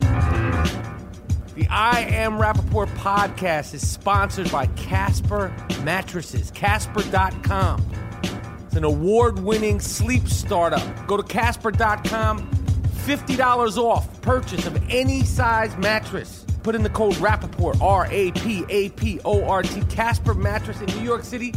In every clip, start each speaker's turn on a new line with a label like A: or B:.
A: The I Am Rappaport podcast is sponsored by Casper Mattresses, Casper.com. It's an award winning sleep startup. Go to Casper.com, $50 off purchase of any size mattress. Put in the code Rappaport, R A P A P O R T, Casper Mattress in New York City.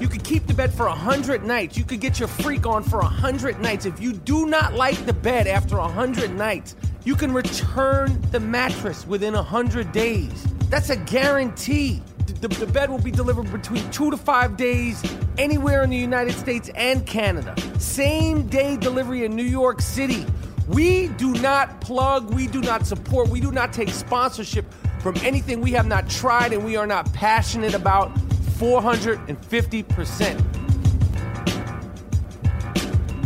A: You could keep the bed for 100 nights. You could get your freak on for 100 nights. If you do not like the bed after 100 nights, you can return the mattress within 100 days. That's a guarantee. The, the- the bed will be delivered between two to five days anywhere in the United States and Canada. Same day delivery in New York City. We do not plug, we do not support, we do not take sponsorship from anything we have not tried and we are not passionate about 450%.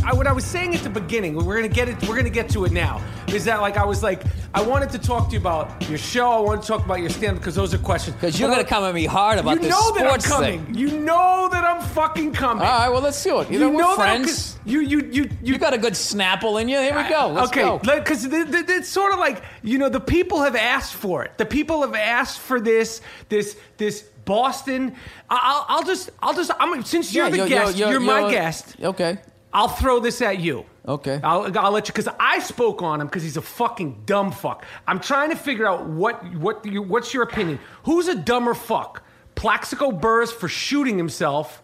A: I, what I was saying at the beginning, we're gonna get it. We're gonna get to it now. Is that like I was like I wanted to talk to you about your show. I want to talk about your stand because those are questions.
B: Because you're
A: But I-
B: going to come at me hard about
A: You
B: this
A: know that I'm
B: sports
A: coming.
B: thing.
A: You know that I'm fucking coming.
B: All right, well, let's do it. You, know, we're
A: that I'm-
B: friends.
A: 'cause You you you
B: You got a good Snapple in you. Here we go. Let's
A: okay,
B: go.
A: because it's sort of like you know the people have asked for it. The people have asked for this, this, this Boston. I- I'll, I'll just, I'll just. I'm since you're
B: Yeah,
A: the guest, you're, my guest.
B: Okay.
A: I'll throw this at you.
B: Okay.
A: I'll, I'll let you because I spoke on him because he's a fucking dumb fuck. I'm trying to figure out what what you, what's your opinion? Who's a dumber fuck? Plaxico Burris for shooting himself,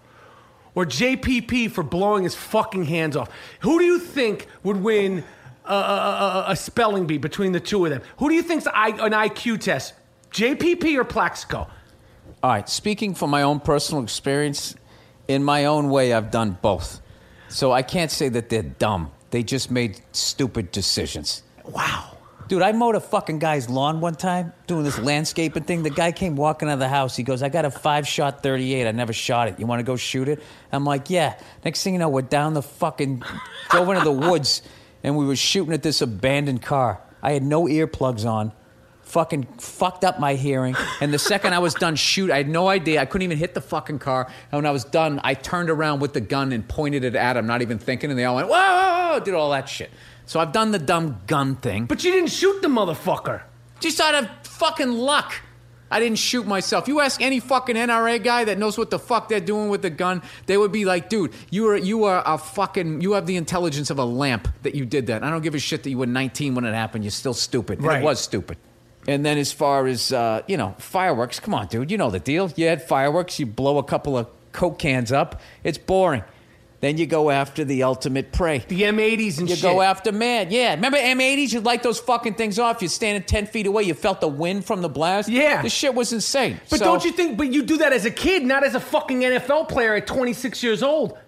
A: or JPP for blowing his fucking hands off? Who do you think would win a, a, a- a spelling bee between the two of them? Who do you think's I, an IQ test? JPP or Plaxico?
B: All right. Speaking from my own personal experience, in my own way, I've done both. So I can't say that they're dumb. They just made stupid decisions.
A: Wow.
B: Dude, I mowed a fucking guy's lawn one time doing this landscaping thing. The guy came walking out of the house. He goes, I got a five shot 38. I never shot it. You want to go shoot it? I'm like, yeah. Next thing you know, we're down the fucking, drove into the woods and we were shooting at this abandoned car. I had no earplugs on. Fucking fucked up my hearing. And the second I was done shoot, I had no idea. I couldn't even hit the fucking car. And when I was done, I turned around with the gun and pointed it at him, not even thinking. And they all went, whoa, whoa, whoa, did all that shit. So I've done the dumb gun thing.
A: But you didn't shoot the motherfucker.
B: Just out of fucking luck. I didn't shoot myself. You ask any fucking NRA guy that knows what the fuck they're doing with the gun, they would be like, dude, you are you are a fucking you have the intelligence of a lamp that you did that. I don't give a shit that you were 19 when it happened. You're still stupid. And
A: Right.
B: It was stupid. And then as far as uh, you know, fireworks, come on, dude, you know the deal. You had fireworks, you blow a couple of coke cans up. It's boring. Then you go after the ultimate prey.
A: The M80s and
B: You
A: shit.
B: go after man. Yeah. Remember M80s? You'd light those fucking things off. You're standing 10 feet away. You felt the wind from the blast.
A: Yeah.
B: This shit was insane.
A: but
B: So-
A: don't you think? But you do that as a kid, not as a fucking NFL player at 26 years old.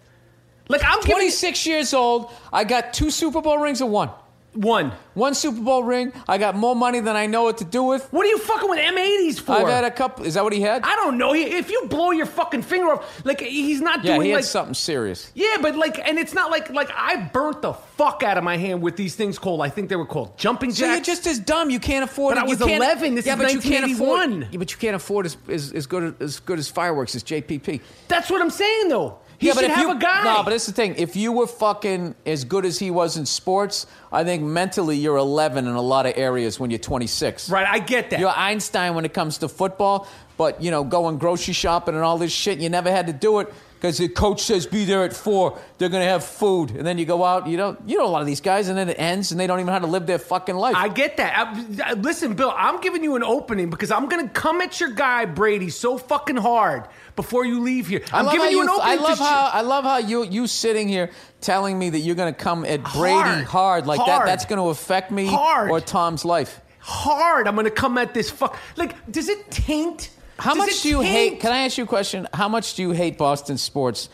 A: Like I'm giving
B: 26 years old. I got two Super Bowl rings and one.
A: one.
B: One Super Bowl ring. I got more money than I know what to do with.
A: What are you fucking with M80s for?
B: I've had a couple. Is that what he had?
A: I don't know. He- If you blow your fucking finger off, like he's not
B: yeah,
A: doing
B: he had
A: like
B: something serious.
A: Yeah, but like, and it's not like like I burnt the fuck out of my hand with these things called. I think they were called jumping jacks.
B: So you're just as dumb. You can't afford.
A: But I
B: it. You
A: was
B: can't-
A: 11. This
B: yeah,
A: is
B: but you can't afford.
A: 1981.
B: Yeah, but you can't afford as, as, as good as good as fireworks as JPP.
A: That's what I'm saying though. He
B: yeah,
A: should
B: but if
A: have
B: you,
A: a guy.
B: No, but that's the thing. If you were fucking as good as he was in sports, I think mentally you're 11 in a lot of areas when you're 26.
A: right, I get that.
B: You're Einstein when it comes to football, but you know, going grocery shopping and all this shit, you never had to do it because the coach says be there at four. They're gonna have food, and then you go out. You don't, you know, a lot of these guys, and then it ends, and they don't even know how to live their fucking life.
A: I get that. I- I- listen, Bill, I'm giving you an opening because I'm gonna come at your guy Brady so fucking hard before you leave here.
B: I
A: I'm
B: love
A: giving
B: how
A: you an
B: you-
A: opening.
B: I love
A: to
B: how
A: shit.
B: I love how you you sitting here telling me that you're gonna come at Brady
A: Hard.
B: hard, like that.
A: Hard.
B: That's gonna affect me
A: Hard.
B: or Tom's life.
A: hard. I'm gonna come at this fuck. Like, does it taint?
B: How
A: does
B: much
A: it
B: do you hate?
A: taint?
B: Can I ask you a question? How much do you hate Boston sports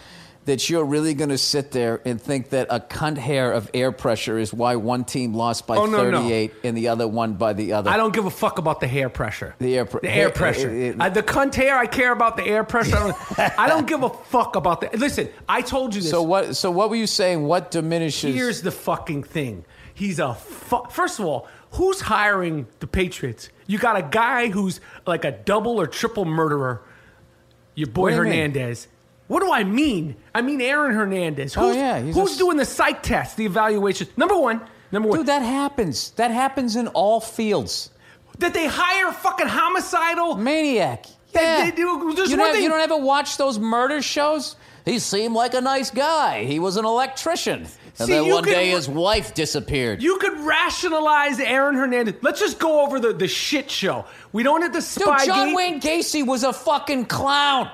B: that you're really going to sit there and think that a cunt hair of air pressure is why one team lost by
A: Oh, no, no.
B: 38 and the other one by the other?
A: I don't give a fuck about the hair pressure.
B: The air pr- eh,
A: The
B: hair-
A: air pressure.
B: it- it-
A: Uh, the cunt hair. I care about the air pressure. I don't, I don't give a fuck about that. Listen, I told you this.
B: So what? So what were you saying? What diminishes?
A: Here's the fucking thing. He's a fu- first of all, who's hiring the Patriots? You got a guy who's like a double or triple murderer. Your boy
B: What do you mean?
A: Hernandez. What do I mean? I mean Aaron Hernandez.
B: Oh,
A: Who's,
B: yeah, he's
A: who's
B: a s-
A: doing the psych test, the evaluation? Number one. Number one.
B: Dude, that happens. That happens in all fields.
A: that they hire fucking homicidal.
B: Maniac.
A: They-
B: Yeah.
A: they do- there's
B: you,
A: one
B: don't,
A: thing-
B: you don't ever watch those murder shows? He seemed like a nice guy. He was an electrician. And
A: See,
B: then
A: you
B: one
A: can-
B: day his wife disappeared.
A: You could rationalize Aaron Hernandez. Let's just go over the, the shit show. We don't have to
B: Dude,
A: spy
B: John
A: game.
B: Wayne Gacy was a fucking clown.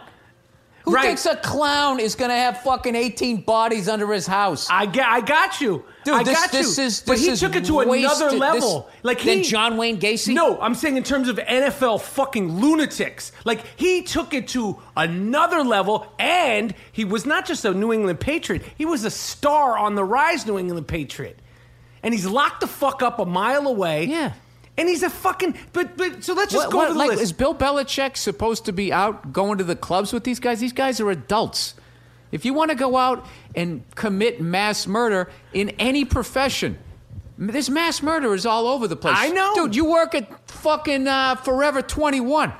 B: Who
A: Right.
B: thinks a clown is gonna have fucking 18 bodies under his house?
A: I got, I got you.
B: Dude,
A: I
B: this,
A: got
B: this
A: you.
B: is
A: but
B: this
A: he
B: is
A: took it to another
B: wasted. This-
A: level. like he,
B: than John Wayne Gacy.
A: No, I'm saying in terms of NFL fucking lunatics. Like he took it to another level, and he was not just a New England Patriot. He was a star on the rise, New England Patriot. And he's locked the fuck up a mile away.
B: Yeah.
A: And he's a fucking. But but so let's just
B: What-
A: go
B: what-
A: over the
B: like,
A: list.
B: Is Bill Belichick supposed to be out going to the clubs with these guys? These guys are adults. If you want to go out and commit mass murder in any profession, m- there's mass murderers all over the place.
A: I know.
B: dude. You work at fucking uh, Forever 21.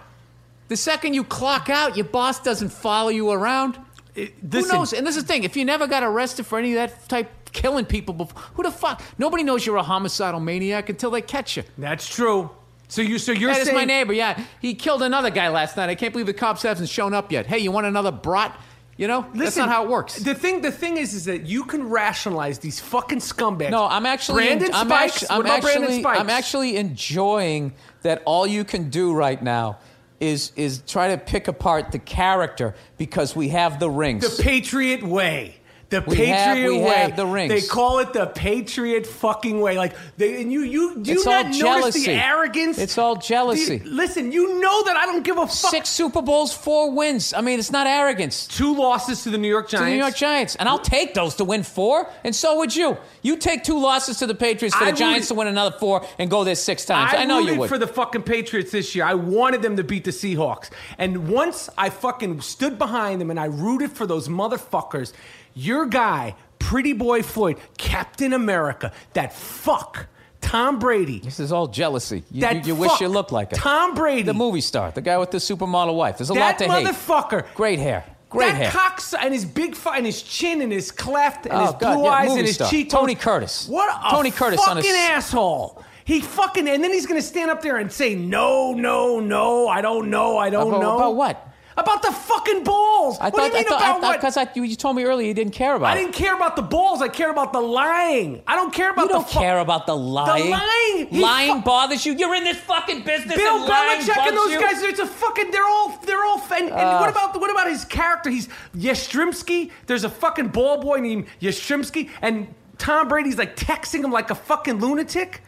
B: The second you clock out, your boss doesn't follow you around.
A: listen.
B: Who knows? And this is the thing: if you never got arrested for any of that type killing people before, who the fuck? Nobody knows you're a homicidal maniac until they catch you.
A: That's true. So you so you're
B: That is
A: saying
B: my neighbor. Yeah, he killed another guy last night. I can't believe the cops haven't shown up yet. Hey, you want another brat? You know, that's
A: Listen,
B: not how it works.
A: The thing the thing is is that you can rationalize these fucking scumbags.
B: no, I'm actually.
A: Brandon
B: I'm
A: Spikes. what
B: actu- I'm
A: about
B: actually,
A: Brandon Spikes?
B: I'm actually enjoying that. All you can do right now is is try to pick apart the character because we have the rings.
A: the Patriot way. The
B: We
A: Patriot
B: have- we
A: way.
B: have the rings.
A: They call it the Patriot fucking way. Like they and you you do you
B: It's all
A: not notice
B: jealousy.
A: the arrogance.
B: It's all jealousy.
A: The- listen, you know that I don't give a fuck.
B: Six Super Bowls, four wins. I mean, it's not arrogance.
A: Two losses to the New York
B: to
A: Giants.
B: the New York Giants, and I'll take those to win four, and so would you. You take two losses to the Patriots for
A: I
B: the
A: would-
B: Giants to win another four and go there six times. I, know
A: rooted
B: you would.
A: for the fucking Patriots this year. I wanted them to beat the Seahawks, and once I fucking stood behind them and I rooted for those motherfuckers, your guy, Pretty Boy Floyd, Captain America, that fuck Tom Brady,
B: this is all jealousy. You,
A: that
B: you, you wish
A: fuck
B: you looked like him.
A: Tom Brady,
B: the movie star, the guy with the supermodel wife. There's a
A: that
B: lot to
A: motherfucker,
B: hate. Great hair. Great
A: that
B: hair.
A: cocks and his big fu- and his chin and his cleft and
B: Oh,
A: his
B: God,
A: blue
B: yeah,
A: eyes
B: movie
A: and his
B: star.
A: cheek.
B: Tony Curtis.
A: What a
B: Tony Curtis on
A: fucking
B: his-
A: asshole. He fucking and then he's gonna stand up there and say no, no, no. I don't know. I don't
B: About-
A: know
B: about what?
A: About the fucking balls.
B: I
A: what do you
B: thought, I
A: mean
B: thought,
A: about
B: I thought,
A: what?
B: because I, you, you told me earlier you didn't care about
A: I didn't care about the balls. I care about the lying. I don't care
B: it.
A: about
B: You don't
A: the fu-
B: care about the lying.
A: lying, he
B: lying
A: fu-
B: bothers you. You're in this fucking business.
A: Bill
B: and lying
A: Belichick and
B: bugs
A: those
B: you.
A: guys, it's a fucking, they're all, they're all, and, and
B: Ah.
A: what about, what about his character? He's Yastrzemski. There's a fucking ball boy named Yastrzemski, and Tom Brady's like texting him like a fucking lunatic.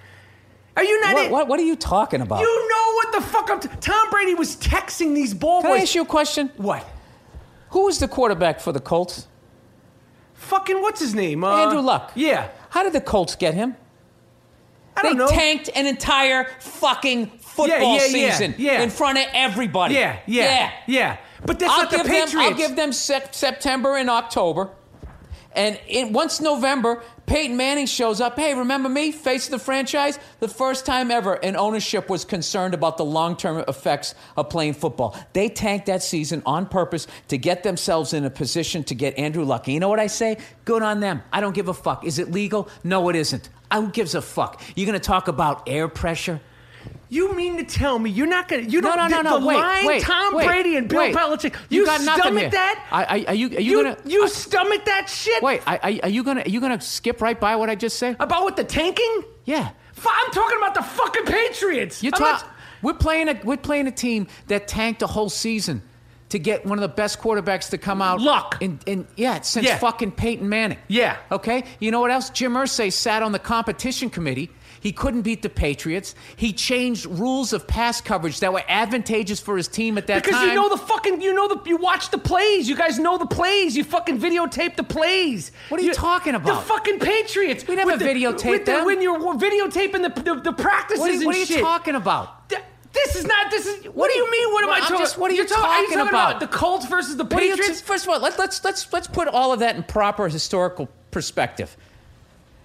A: Are you not?
B: What,
A: in-
B: what, what are you talking about?
A: You know what the fuck I'm. T- Tom Brady was texting these ball
B: Can I
A: boys.
B: ask you a question?
A: what?
B: Who was the quarterback for the Colts?
A: Fucking what's his name? Uh,
B: Andrew Luck.
A: Yeah.
B: How did the Colts get him?
A: I
B: They
A: don't know.
B: tanked an entire fucking football
A: yeah, yeah,
B: season
A: yeah.
B: in front of everybody.
A: yeah, yeah, yeah, But that's
B: I'll
A: not the
B: give
A: Patriots.
B: them. I'll give them sep- September and October, and in, once November, Peyton Manning shows up. Hey, remember me? Face of the franchise, the first time ever, an ownership was concerned about the long-term effects of playing football. They tanked that season on purpose to get themselves in a position to get Andrew Luck. And You know what I say? Good on them. I don't give a fuck. Is it legal? No, it isn't. I, who gives a fuck? You're going to talk about air pressure?
A: You mean to tell me you're not gonna? You
B: No,
A: don't.
B: no,
A: the,
B: no, no.
A: The
B: wait,
A: lying
B: wait,
A: Tom
B: wait,
A: Brady and Bill
B: wait.
A: Belichick.
B: You, got nothing
A: stomach
B: here.
A: that?
B: I, I, are you? Are you,
A: you
B: gonna?
A: you
B: I-
A: stomach that shit?
B: wait, I, I, are you gonna? Are you gonna skip right by what I just said?
A: About what the tanking?
B: yeah,
A: F- I'm talking about the fucking Patriots.
B: you're
A: I'm
B: talking.
A: not-
B: We're playing a we're playing a team that tanked a whole season to get one of the best quarterbacks to come out.
A: Luck.
B: in, in yeah, since
A: Yeah.
B: fucking Peyton Manning.
A: Yeah.
B: Okay. You know what else? Jim Irsay sat on the competition committee. He couldn't beat the Patriots. He changed rules of pass coverage that were advantageous for his team at that
A: Because
B: time.
A: you know the fucking, you know the, you watch the plays. You guys know the plays. You fucking videotape the plays.
B: What are you talking about?
A: The fucking Patriots.
B: We never
A: With the-
B: videotaped
A: with the-
B: them.
A: When you're videotaping the the, the practices
B: what are,
A: and
B: you- what are you
A: shit.
B: talking about?
A: Th- This is not. This is. What, do you mean? What am
B: Well,
A: I
B: I'm
A: talking?
B: just- what are you
A: You're talking,
B: talking about?
A: The Colts versus the
B: What do you-
A: Patriots.
B: first of all, let, let's let's let's put all of that in proper historical perspective.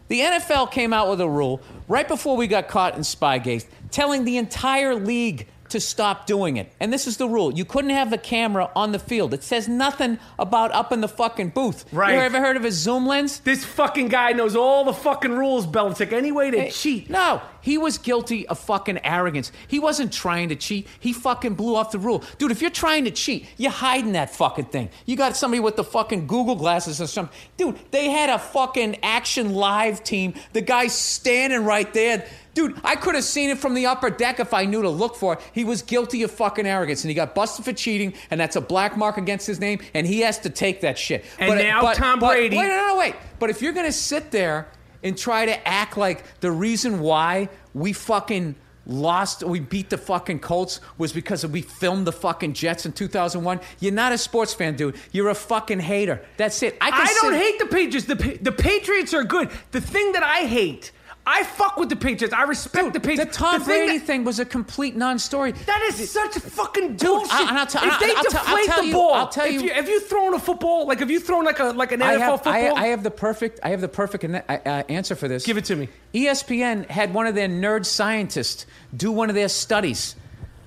B: The NFL came out with a rule right before we got caught in Spygate, telling the entire league to stop doing it. And this is the rule: you couldn't have a camera on the field. It says nothing about up in the fucking booth.
A: Right.
B: You ever heard of a zoom lens?
A: This fucking guy knows all the fucking rules, Belichick. Any way to cheat.
B: No, he was guilty of fucking arrogance. He wasn't trying to cheat. He fucking blew off the rule. Dude, if you're trying to cheat, you're hiding that fucking thing. You got somebody with the fucking Google glasses or something. Dude, they had a fucking action live team. The guy's standing right there. Dude, I could have seen it from the upper deck if I knew to look for it. He was guilty of fucking arrogance and he got busted for cheating, and that's a black mark against his name, and he has to take that shit.
A: And now Tom Brady-
B: wait, no, no, wait. But if you're gonna sit there and try to act like the reason why we fucking lost, we beat the fucking Colts was because we filmed the fucking Jets in 2001, you're not a sports fan, dude. You're a fucking hater. That's it. I, can
A: I don't
B: sit-
A: hate the Patriots. The, Pa- the Patriots are good. The thing that I hate, I fuck with the Patriots. I respect the
B: The
A: Patriots.
B: Tom
A: thing
B: Brady
A: that-
B: thing was a complete non-story.
A: That is such fucking
B: Dude,
A: bullshit.
B: I- and I'll tell-
A: if they
B: I'll- I'll tell- I'll
A: deflate
B: tell
A: the
B: you-
A: ball,
B: I'll tell
A: if
B: you-
A: you have you thrown a football, like if you thrown like a like an NFL
B: I have,
A: football,
B: I, I have the perfect. I have the perfect an- uh, answer for this.
A: Give it to me.
B: E ESPN had one of their nerd scientists do one of their studies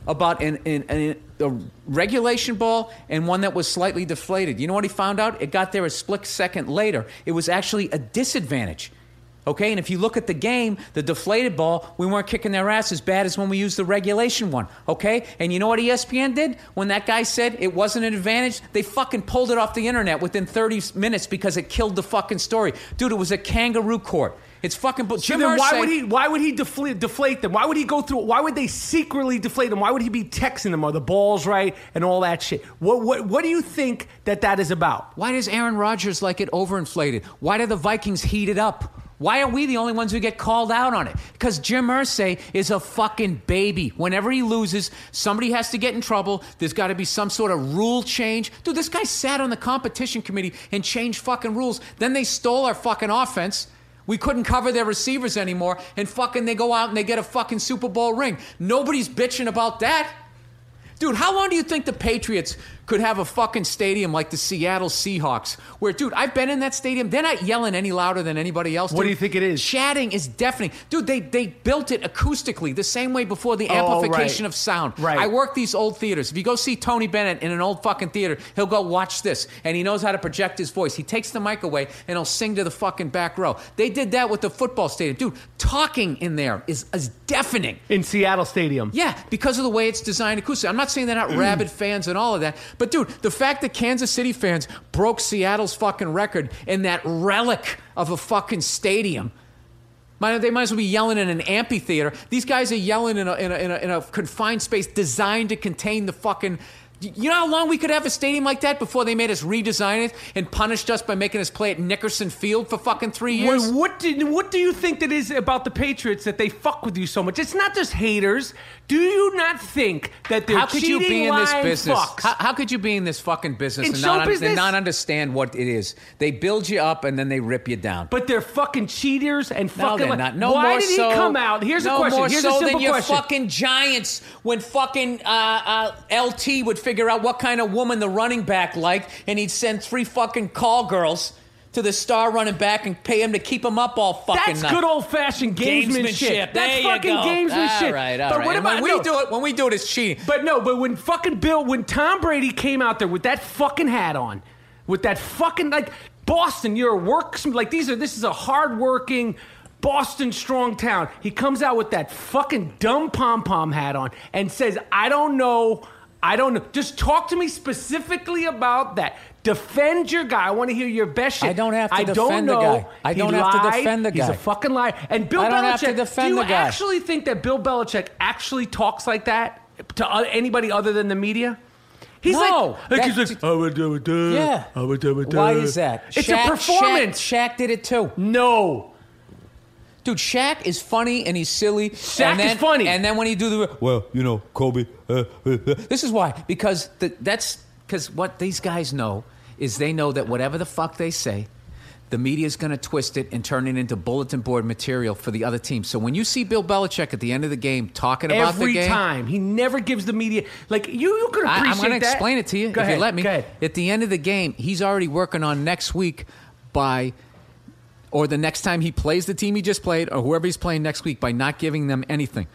B: about an, an, an, a regulation ball and one that was slightly deflated. You know what he found out? It got there a split second later. It was actually a disadvantage. Okay, and if you look at the game, the deflated ball, we weren't kicking their ass as bad as when we used the regulation one. Okay, and you know what E ESPN did when that guy said it wasn't an advantage? They fucking pulled it off the internet within 30 minutes because it killed the fucking story, dude. It was a kangaroo court. It's fucking. bull-
A: So
B: Jim
A: then
B: Irsay-
A: why would he why would he deflate, deflate them? Why would he go through? Why would they secretly deflate them? Why would he be texting them? Are the balls right and all that shit? What what what do you think that that is about?
B: Why does Aaron Rodgers like it overinflated? Why do the Vikings heat it up? Why are we the only ones who get called out on it? Because Jim Irsay is a fucking baby. Whenever he loses, somebody has to get in trouble. There's got to be some sort of rule change. Dude, this guy sat on the competition committee and changed fucking rules. Then they stole our fucking offense. We couldn't cover their receivers anymore. And fucking they go out and they get a fucking Super Bowl ring. Nobody's bitching about that. Dude, how long do you think the Patriots could have a fucking stadium like the Seattle Seahawks? Where, dude, I've been in that stadium. They're not yelling any louder than anybody else.
C: What
B: dude.
C: do you think it is?
B: Chatting is deafening. Dude, they, they built it acoustically the same way before the
C: Oh, right.
B: amplification of sound.
C: Right.
B: I work these old theaters. If you go see Tony Bennett in an old fucking theater, he'll go watch this and he knows how to project his voice. He takes the mic away and he'll sing to the fucking back row. They did that with the football stadium. Dude, talking in there is, is deafening.
C: in Seattle Stadium.
B: Yeah, because of the way it's designed acoustic. I'm not saying they're not rabid fans and all of that, but dude, the fact that Kansas City fans broke Seattle's fucking record in that relic of a fucking stadium. Might, they might as well be yelling in an amphitheater. These guys are yelling in a, in a, in a, in a confined space designed to contain the fucking. You know how long we could have a stadium like that before they made us redesign it and punished us by making us play at Nickerson Field for fucking three years?
A: Wait, what did what do you think that is about the Patriots that they fuck with you so much? It's not just haters. Do you not think that they're
B: how could you be
A: cheating
B: in this
A: lying
B: business?
A: fucks?
B: How, how could you be in this fucking business
A: In
B: and,
A: show
B: not,
A: business?
B: and not understand what it is? They build you up and then they rip you down.
A: but they're fucking cheaters and
B: no,
A: fucking.
B: they're
A: li-
B: not. No
A: Why
B: more
A: did he
B: so-
A: come out? Here's
B: no
A: a question.
B: More
A: Here's
B: so
A: a simple
B: than
A: question.
B: your fucking Giants when fucking uh, uh, LT would figure out what kind of woman the running back liked, and he'd send three fucking call girls to the star running back and pay him to keep him up all fucking
A: That's
B: night.
A: good old fashioned gamesmanship.
B: Gamesmanship.
A: That's
B: There you
A: fucking
B: go.
A: gamesmanship.
B: All right, all
A: but
B: right.
A: what
B: And
A: about
B: when we
A: no,
B: do it? When we do it, it's cheating.
A: But no, but when fucking Bill, when Tom Brady came out there with that fucking hat on, with that fucking like Boston, you're a works like these are this is a hardworking Boston strong town. He comes out with that fucking dumb pom pom hat on and says, "I don't know, I don't know." Just talk to me specifically about that. Defend your guy. I want to hear your best shit.
D: I don't have to
A: I don't
D: defend the
A: know.
D: guy. I
A: He
D: don't have to
A: lied.
D: defend the
A: He's a
D: guy.
A: fucking liar. And Bill
D: I don't
A: Belichick,
D: have to defend
A: do you
D: the guy.
A: actually think that Bill Belichick actually talks like that to o- anybody other than the media? He's
D: No,
A: like, like he's
D: that's-
A: like, I would do it, duh.
D: Yeah.
A: I would do it, duh."
D: Why is that?
A: It's a performance.
D: Shaq, Shaq did it too.
A: no,
B: Dude, Shaq is funny and he's silly.
A: Shaq
B: and then,
A: is funny.
B: And then when he do the well, you know, Kobe. uh, uh, uh." this is why because the, that's because what these guys know is they know that whatever the fuck they say, the media's going to twist it and turn it into bulletin board material for the other team. So when you see Bill Belichick at the end of the game talking about
A: every
B: the game,
A: time he never gives the media like you. You could
B: I,
A: appreciate
B: am going to
A: that.
B: explain it to you
A: Go
B: if
A: ahead,
B: you let me.
A: Go ahead.
B: At the end of the game, he's already working on next week by, or the next time he plays the team he just played, or whoever he's playing next week by not giving them anything.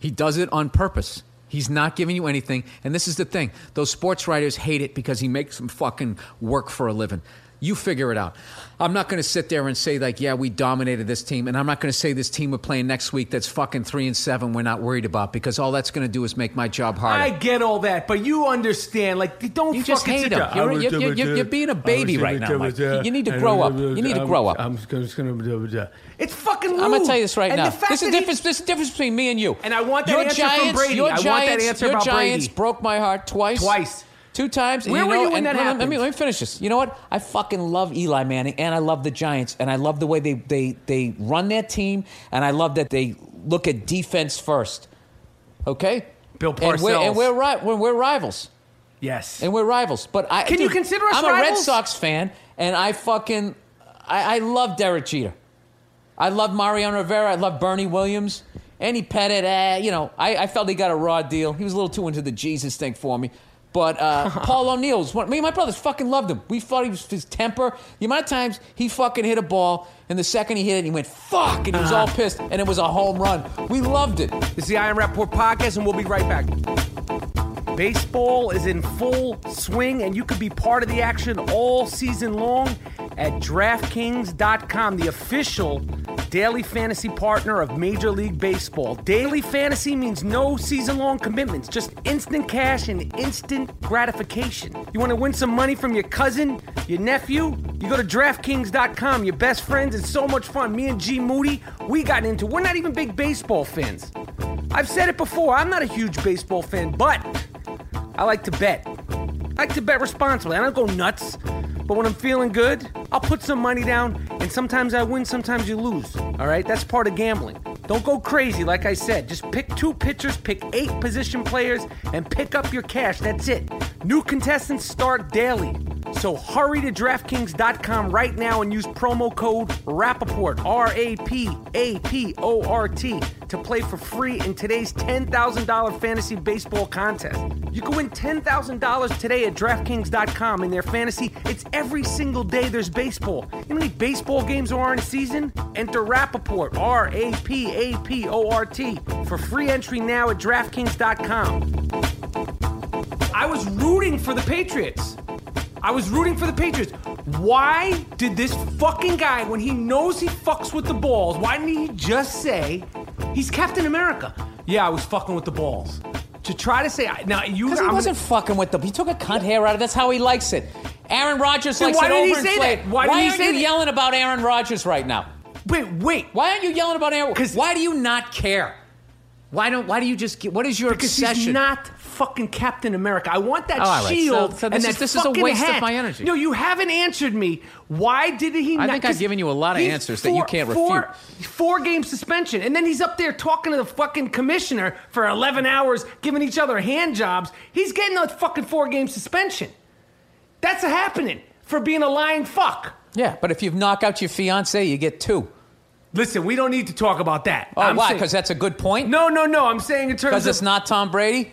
B: He does it on purpose. He's not giving you anything. And this is the thing those sports writers hate it because he makes them fucking work for a living. You figure it out. I'm not going to sit there and say, like, yeah, we dominated this team. And I'm not going to say this team we're playing next week that's fucking three and seven we're not worried about because all that's going to do is make my job harder.
A: I get all that, but you understand. Like, don't
B: You
A: fucking
B: just hate
A: sit
B: him.
A: down.
B: You're- you're- you're- you're- you're being a baby right now, Mike. You- you need to grow up. You need to grow up.
C: I'm just gonna- just gonna do it.
A: It's fucking.
B: I'm gonna
A: rude.
B: tell you this right
A: And
B: now.
A: the fact
B: This is
A: that he-
B: difference. This is the difference between me and you.
A: And I want that
B: your
A: answer from
B: Giants,
A: Brady.
B: Your
A: I want
B: Giants,
A: that answer
B: your
A: about
B: Giants
A: Brady.
B: broke my heart twice.
A: Twice.
B: Two times. and
A: Where
B: you
A: were
B: know,
A: you when
B: and
A: that
B: let me- Let me,
A: happened?
B: let me finish this.
D: You know what? I fucking love Eli Manning and I love the Giants and I love the way they, they, they run their team and I love that they look at defense first.
B: Okay.
A: Bill
B: And we're,
A: Parcells.
B: and we're, ri- we're, we're rivals.
A: yes.
B: And we're rivals. But I
A: Can
B: dude,
A: you consider us
B: I'm a Red
A: rivals?
B: Sox fan, and I fucking I, I love Derek Jeter. I love Mariano Rivera. I love Bernie Williams. Andy Pettit, eh, you know, I, I felt he got a raw deal. He was a little too into the Jesus thing for me. But uh, Paul O'Neill's one. Me and my brothers fucking loved him. We thought he was his temper. The amount of times he fucking hit a ball, and the second he hit it, he went fuck, and he was all
A: Ah.
B: pissed, and it was a home run. We loved it.
A: It's the Iron Rapport podcast, and we'll be right back. Baseball is in full swing, and you could be part of the action all season long at DraftKings.com, the official daily fantasy partner of Major League Baseball. Daily fantasy means no season long commitments, just instant cash and instant gratification. You want to win some money from your cousin, your nephew? You go to DraftKings.com, your best friends. It's so much fun. Me and G Moody, we got into We're not even big baseball fans. I've said it before, I'm not a huge baseball fan, but I like to bet. I like to bet responsibly. I don't go nuts, but when I'm feeling good, I'll put some money down, and sometimes I win, sometimes you lose. All right, that's part of gambling. Don't go crazy, like I said. Just pick two pitchers, pick eight position players, and pick up your cash. That's it. New contestants start daily. So hurry to DraftKings.com right now and use promo code RAPPORT, R A P A P O R T. to play for free in today's $10,000 fantasy baseball contest. You can win $10,000 today at DraftKings.com in their fantasy. It's every single day there's baseball. You know how many baseball games there are in a season? Enter Rappaport, R A P A P O R T, for free entry now at DraftKings.com. I was rooting for the Patriots. I was rooting for the Patriots. Why did this fucking guy, when he knows he fucks with the balls, why didn't he just say he's Captain America? Yeah, I was fucking with the balls. To try to say now you
D: Because he
A: I'm-
D: wasn't fucking with them. He took a cunt hair out of. That's how he likes it. Aaron Rodgers
A: Then
D: likes
A: why
D: it
A: didn't he
D: overinflated.
A: say that? Why didn't he
D: aren't
A: say
D: you
A: that?
D: yelling about Aaron Rodgers right now?
A: wait wait
D: Why aren't you yelling about Aaron?
A: 'Cause-
D: Why do you not care? Why don't? Why do you just? Get, what is your
A: because
D: obsession?
A: he's not fucking Captain America. I want that
D: All right, so-
A: shield
B: so
A: and
B: this is-
A: that
B: this is a
A: fucking
B: waste of
A: hat.
B: my energy.
A: No, you haven't answered me. Why did he?
B: I
A: not,
B: think I've
A: 'cause
B: given you a lot of
A: he's
B: answers that you can't
A: four,
B: refute.
A: Four game suspension, and then he's up there talking to the fucking commissioner for eleven hours, giving each other hand jobs. He's getting a fucking four game suspension. That's happening for being a lying fuck.
D: yeah, but if you knock out your fiance, you get two.
A: Listen, we don't need to talk about that.
D: Oh,
A: I'm
D: why?
A: saying-
D: Because that's a good point.
A: no, no, no. I'm saying in terms
D: because
A: of
D: it's not Tom Brady.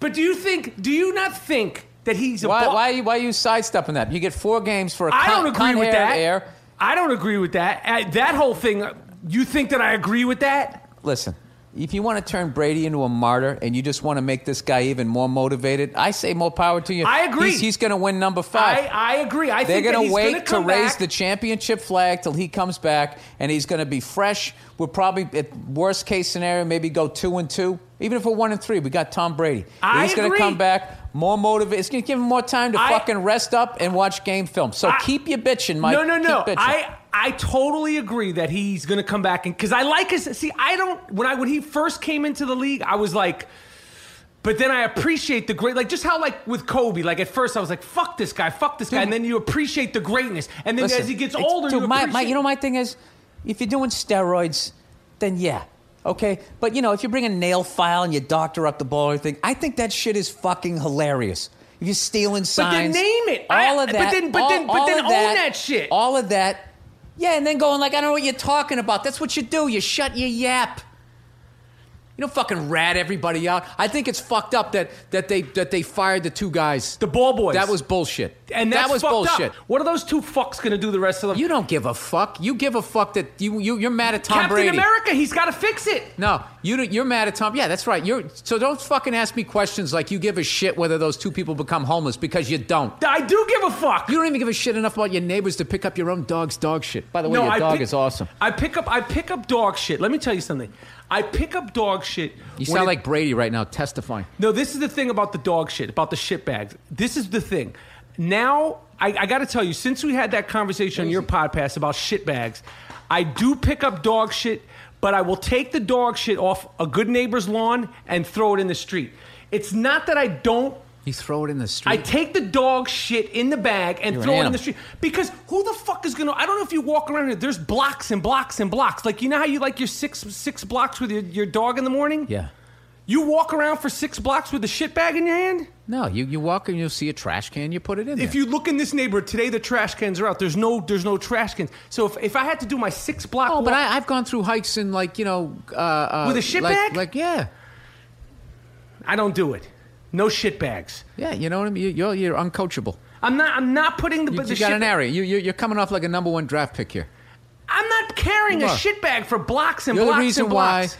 A: But do you think? Do you not think that he's a
D: Why?
A: bu-
D: Why? Why are you sidestepping that? You get four games for a
A: I
D: cunt-
A: don't agree
D: cunt
A: with
D: hair
A: that.
D: Air.
A: I don't agree with that. Uh, that whole thing. uh, You think that I agree with that?
D: Listen, if you want to turn Brady into a martyr and you just want to make this guy even more motivated, I say more power to you.
A: I agree.
D: He's, he's going to win number five.
A: I, I agree. I
D: They're
A: think
D: gonna
A: that he's
D: wait
A: gonna
D: to
A: come
D: raise
A: back.
D: the championship flag till he comes back, and he's going to be fresh. We'll probably, at worst case scenario, maybe go two and two. Even if we're one and three, we got Tom Brady.
A: I
D: he's gonna
A: agree.
D: come back more motivated. It's going to give him more time to
A: I-
D: fucking rest up and watch game film. So
A: I-
D: keep your bitching, Mike.
A: No, no, no.
D: Keep bitching.
A: I I totally agree that he's going to come back and because I like his. See, I don't when I when he first came into the league, I was like. But then I appreciate the great, like just how like with Kobe, like at first I was like, "Fuck this guy, fuck this guy," and then you appreciate the greatness, and then
D: Listen,
A: as he gets
D: it's-
A: older,
D: dude,
A: you
D: my,
A: appreciate.
D: my, you know, my thing is, if you're doing steroids, then yeah, okay. But you know, if you bring a nail file and you doctor up the ball or anything, I think that shit is fucking hilarious. If you're stealing
A: But
D: signs,
A: then name it. I-
D: all of that,
A: But then, but
D: all-
A: then, but
D: all
A: then
D: of
A: own that, shit.
D: all of that, yeah, and then going like, I don't know what you're talking about. That's what you do. You shut your yap.
B: You don't fucking rat everybody out. I think it's fucked up that that they that they fired the two guys.
A: the ball boys.
B: That was bullshit.
A: and
B: that
A: that's
B: was
A: fucked
B: bullshit.
A: Up. What are those two fucks gonna do the rest of the?
B: You don't give a fuck. You give a fuck that you, you you're mad at Tom
A: Captain
B: Brady.
A: America, he's got to fix it.
B: No, you don't- you're mad at Tom. Yeah, that's right. You're so don't fucking ask me questions like you give a shit whether those two people become homeless because you don't.
A: I do give a fuck.
B: You don't even give a shit enough about your neighbors to pick up your own dog's dog shit. By the way, your
A: I
B: dog
A: pick-
B: is awesome.
A: I pick up, I pick up dog shit. Let me tell you something. I pick up dog shit. when
B: You sound
A: it-
B: like Brady right now testifying.
A: No, this is the thing about the dog shit, about the shit bags. This is the thing. Now, I, I got to tell you, since we had that conversation on your podcast about shit bags, I do pick up dog shit, but I will take the dog shit off a good neighbor's lawn and throw it in the street. It's not that I don't
B: You throw it in the street.
A: I take the dog shit in the bag and
B: You're
A: throw
B: an
A: it in the
B: animal.
A: street because who the fuck is gonna? I don't know if you walk around here. There's blocks and blocks and blocks. Like you know how you like your six six blocks with your, your dog in the morning.
B: yeah.
A: You walk around for six blocks with a shit bag in your hand.
B: No, you, you walk and you'll see a trash can, you put it in
A: If
B: there.
A: you look in this neighborhood today, the trash cans are out. There's no there's no trash cans. So if, if I had to do my six block,
B: Oh, but
A: walk-
B: I, I've gone through hikes and like you know, uh, uh,
A: With a shit
B: like,
A: bag?
B: Like yeah,
A: I don't do it. No shit bags.
B: yeah. You know what I mean? You- You're, you're uncoachable.
A: I'm not I'm not putting the,
B: You,
A: the
B: you
A: shit
B: got an area. You, you, you're coming off like a number one draft pick here.
A: I'm not carrying
B: You
A: a
B: are.
A: shit bag for blocks and
B: You're the
A: blocks
B: reason
A: and
B: why
A: blocks.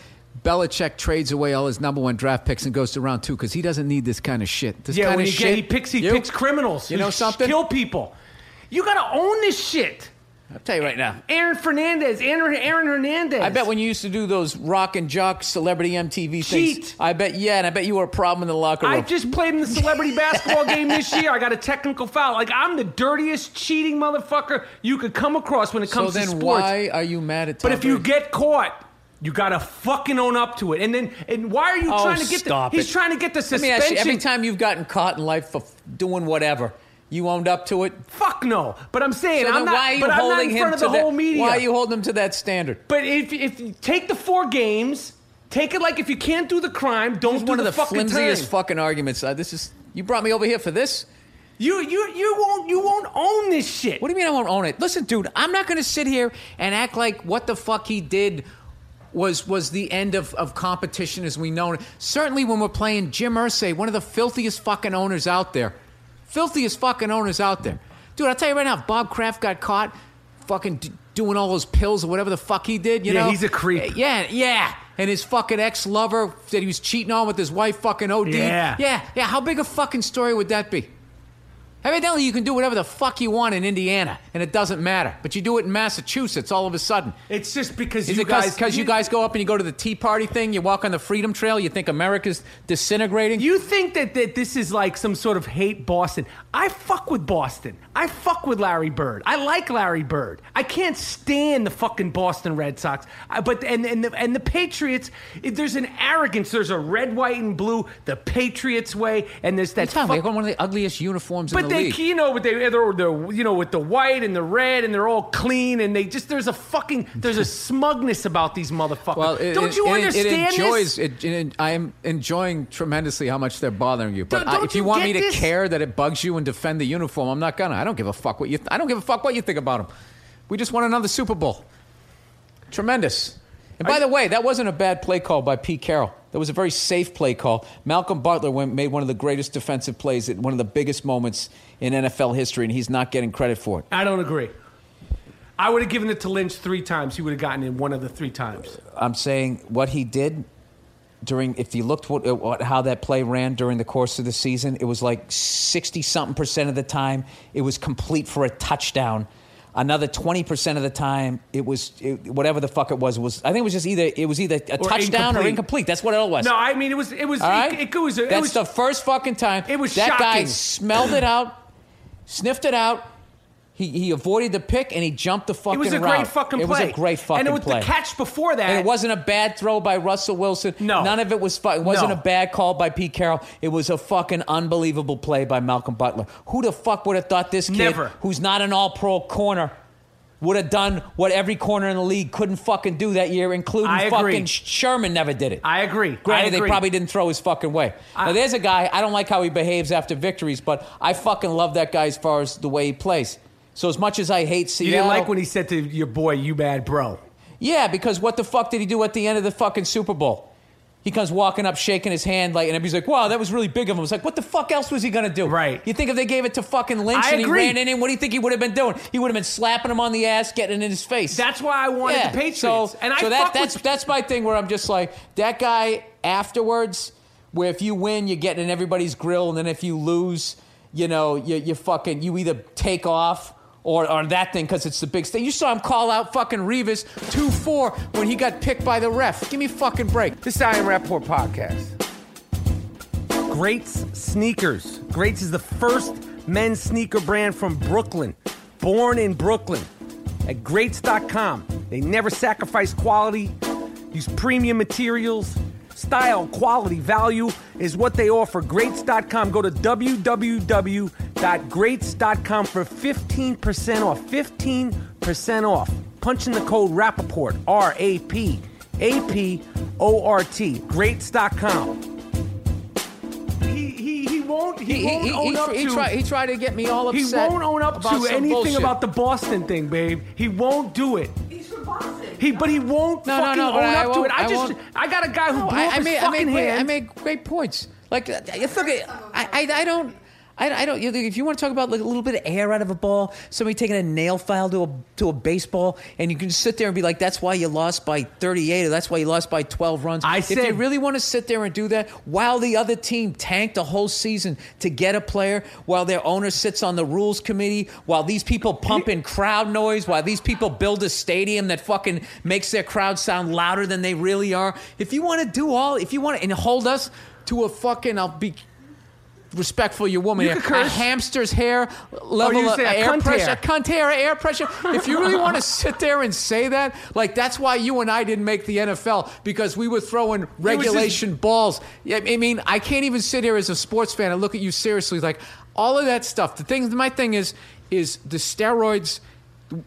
B: Belichick trades away all his number one draft picks and goes to round two because he doesn't need this kind of shit. This
A: Yeah,
B: kind
A: when
B: of
A: he,
B: shit.
A: get, he picks he
B: You-
A: picks criminals.
B: You
A: who
B: know
A: sh-
B: something?
A: Kill people. You gotta own this shit.
B: I'll tell you right now.
A: Aaron Fernandez, Aaron, Aaron Hernandez.
B: I bet when you used to do those rock and jock celebrity MTV
A: Cheat.
B: things, I bet yeah, and I bet you were a problem in the locker room.
A: I just played in the celebrity basketball game this year. I got a technical foul. Like I'm the dirtiest cheating motherfucker you could come across when it
B: so
A: comes
B: then
A: to sports.
B: why are you mad at? Tom
A: But if you
B: Brady?
A: get caught, you gotta fucking own up to it. And then, and why are you
B: Oh,
A: trying to get?
B: stop
A: the, He's
B: it.
A: trying to get the
B: Let
A: suspension.
B: me ask you, every time you've gotten caught in life for f- doing whatever, you owned up to it.
A: Fuck no. But I'm saying
B: So
A: I'm
B: then
A: not.
B: why are you
A: but I'm
B: holding
A: not in
B: him
A: front of the
B: to that-
A: whole media.
B: Why are you holding him to that standard?
A: But if if you take the four games, take it like if you can't do the crime, don't
B: It's
A: do
B: one of the
A: fucking
B: flimsiest
A: time.
B: fucking arguments. Uh, this is you brought me over here for this.
A: you you you won't you won't own this shit.
B: What do you mean I won't own it? Listen, dude, I'm not going to sit here and act like what the fuck he did was was the end of, of competition as we know it. Certainly when we're playing Jim Ursay, one of the filthiest fucking owners out there. Filthiest fucking owners out there. Dude, I'll tell you right now, if Bob Kraft got caught fucking d- doing all those pills or whatever the fuck he did, you
A: Yeah,
B: know?
A: he's a creep.
B: Yeah, yeah. And his fucking ex lover that he was cheating on with his wife fucking OD.
A: Yeah.
B: Yeah, yeah. How big a fucking story would that be? Evidently, you can do whatever the fuck you want in Indiana, and it doesn't matter. But you do it in Massachusetts all of a sudden.
A: It's just because
B: Is
A: you
B: it because
A: guys
B: you, guys go up and you go to the Tea Party thing? You walk on the Freedom Trail. You think America's disintegrating?
A: You think that, that this is like some sort of hate Boston. I fuck with Boston. I fuck with Larry Bird. I like Larry Bird. I can't stand the fucking Boston Red Sox. I, but and and the, and the Patriots, if there's an arrogance. There's a red, white, and blue, the Patriots way, and there's that.
B: That's fine.
A: fuck-
B: They got one of the ugliest uniforms in
A: but
B: the
A: they,
B: league.
A: you know, with they, they're, they're, you know, with the white and the red, and they're all clean, and they just there's a fucking there's a smugness about these motherfuckers.
B: Well, it,
A: Don't
B: it-
A: you
B: it-
A: understand
B: It
A: this?
B: enjoys. It, it- I am enjoying tremendously how much they're bothering you. But
A: Don't-
B: I-
A: don't
B: if you,
A: you
B: want
A: get
B: me to
A: this?
B: care that it bugs you and defend the uniform, I'm not gonna. I don't give a fuck what you. I don't give a fuck what you think about them. We just won another Super Bowl. Tremendous. And by the way, that wasn't a bad play call by Pete Carroll. That was a very safe play call. Malcolm Butler went, made one of the greatest defensive plays at one of the biggest moments in NFL history, and he's not getting credit for it.
A: I don't agree. I would have given it to Lynch three times. He would have gotten it one of the three times.
B: I'm saying what he did during, if you looked what, what how that play ran during the course of the season, it was like 60 something percent of the time it was complete for a touchdown. Another 20 percent of the time it was it, whatever the fuck it was it was. I think it was just either it was either a touchdown or
A: incomplete.
B: incomplete. That's what it was.
A: No, I mean it was it was
B: All right,
A: it, it was it
B: That's
A: was
B: the first fucking time.
A: It was
B: that guy
A: shocking.
B: smelled it out, sniffed it out. He, he avoided the pick and he jumped the fucking.
A: it was a
B: route.
A: great fucking
B: It was
A: play.
B: a great fucking
A: and it was
B: play.
A: the catch before that.
B: And it wasn't a bad throw by Russell Wilson.
A: No.
B: None of it was fu- It wasn't
A: No.
B: a bad call by Pete Carroll. It was a fucking unbelievable play by Malcolm Butler. Who the fuck would have thought this kid,
A: Never.
B: who's not an all pro corner, would have done what every corner in the league couldn't fucking do that year, including
A: I agree.
B: fucking Sherman never did it.
A: I agree.
B: Granted,
A: I agree.
B: they probably didn't throw his fucking way. now, there's a guy, I don't like how he behaves after victories, but I fucking love that guy as far as the way he plays. So, as much as I hate
A: You
B: Seattle.
A: didn't like when he said to your boy, "You bad bro."
B: Yeah, because what the fuck did he do at the end of the fucking Super Bowl? He comes walking up, shaking his hand, like, and everybody's like, "Wow, that was really big of him." It's like, what the fuck else was he gonna do?
A: Right.
B: You think if they gave it to fucking Lynch
A: I
B: and
A: agree.
B: he ran in, him, what do you think he would have been doing? He would have been slapping him on the ass, getting it in his face.
A: That's why I wanted the Patriots.
B: So,
A: and I
B: so
A: fuck
B: that,
A: with-
B: that's that's my thing where I'm just like that guy afterwards. Where if you win, you're getting in everybody's grill, and then if you lose, you know you you fucking you either take off. Or, or that thing because it's the big thing. You saw him call out fucking Revis 2 4 when he got picked by the ref. Give me a fucking break.
A: This is I Am Rapport podcast. Greats Sneakers. Greats is the first men's sneaker brand from Brooklyn, born in Brooklyn. At greats.com, they never sacrifice quality, use premium materials. Style, quality, value is what they offer. Greats.com. Go to www.greats.com for 15% off. 15% off. Punch in the code Rappaport, R A P A P O R T, greats.com. He, he, he won't, he, won't own up
B: he
A: to,
B: tried, he tried to get me all
A: he
B: upset.
A: won't own up to
B: about some
A: anything
B: bullshit.
A: about the Boston thing, babe. He won't do it.
E: He's from Boston.
A: He, but he won't
B: No, no,
A: fucking
B: no,
A: own
B: but
A: up
B: I
A: to it.
B: won't-
A: I,
B: I
A: just,
B: won't-
A: I got a guy who
B: No,
A: blew up his
B: made, I
A: fucking
B: made great, I
A: hand.
B: made great points. Like, uh, it's look, I, I, I don't. I, I don't. you know, If you want to talk about like a little bit of air out of a ball, somebody taking a nail file to a to a baseball, and you can sit there and be like, "That's why you lost by 38, or that's why you lost by 12 runs."
A: I
B: if you
A: said-
B: really want to sit there and do that, while the other team tanked a whole season to get a player, while their owner sits on the rules committee, while these people pump in crowd noise, while these people build a stadium that fucking makes their crowd sound louder than they really are. If you want to do all, if you want to, and hold us to a fucking, I'll be respectful, your woman,
A: You
B: here,
A: could
B: a
A: curse. Oh,
B: hamster's hair level
A: you
B: of
A: say a
B: air
A: cunt
B: pressure,
A: hair.
B: a cunt hair, air pressure. If you really want to sit there and say that, like that's why you and I didn't make the NFL because we were throwing
A: was just-
B: regulation balls. Yeah, I mean, I can't even sit here as a sports fan and look at you seriously. Like all of that stuff. The thing, my thing is, is the steroids.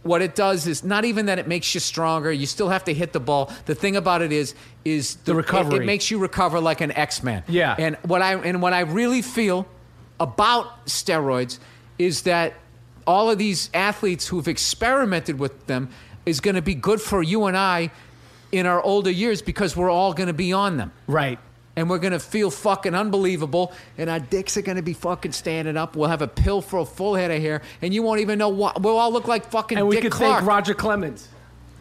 B: What it does is not even that it makes you stronger. You still have to hit the ball. The thing about it is, is
A: The
B: it- It,
A: recovery.
B: makes you recover like an X Man.
A: Yeah.
B: And what I and what I really feel about steroids is that all of these athletes who've experimented with them is going to be good for you and I in our older years because we're all going to be on them.
C: Right.
B: And we're going to feel fucking unbelievable, and our dicks are going to be fucking standing up. We'll have a pill for a full head of hair, and you won't even know what. We'll all look like fucking
A: And we
B: Dick
A: could
B: Clark.
A: thank Roger Clemens.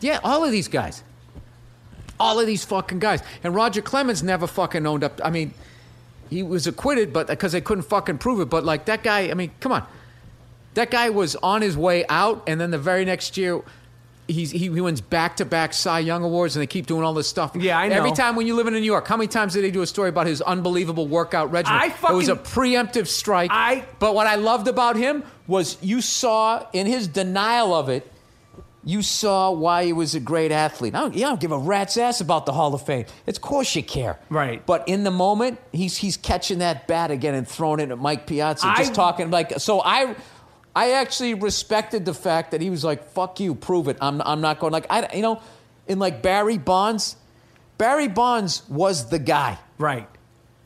B: Yeah, all of these guys. All of these fucking guys. And Roger Clemens never fucking owned up. I mean, he was acquitted, but because they couldn't fucking prove it. But like that guy, I mean, come on. That guy was on his way out, and then the very next year, he's, he, he wins back to back Cy Young awards, and they keep doing all this stuff.
A: Yeah, I
B: Every
A: know.
B: time when you live in New York, how many times did they do a story about his unbelievable workout regimen?
A: I
B: it was a
A: fucking-
B: preemptive strike.
A: I-
B: but what I loved about him was you saw in his denial of it you saw why he was a great athlete. I don't, you don't give a rat's ass about the Hall of Fame. It's of course you care.
A: Right.
B: But in the moment, he's he's catching that bat again and throwing it at Mike Piazza,
A: I-
B: just talking like so. I I actually respected the fact that he was like, "Fuck you, prove it." I'm I'm not going like I you know, in like Barry Bonds, Barry Bonds was the guy.
A: Right.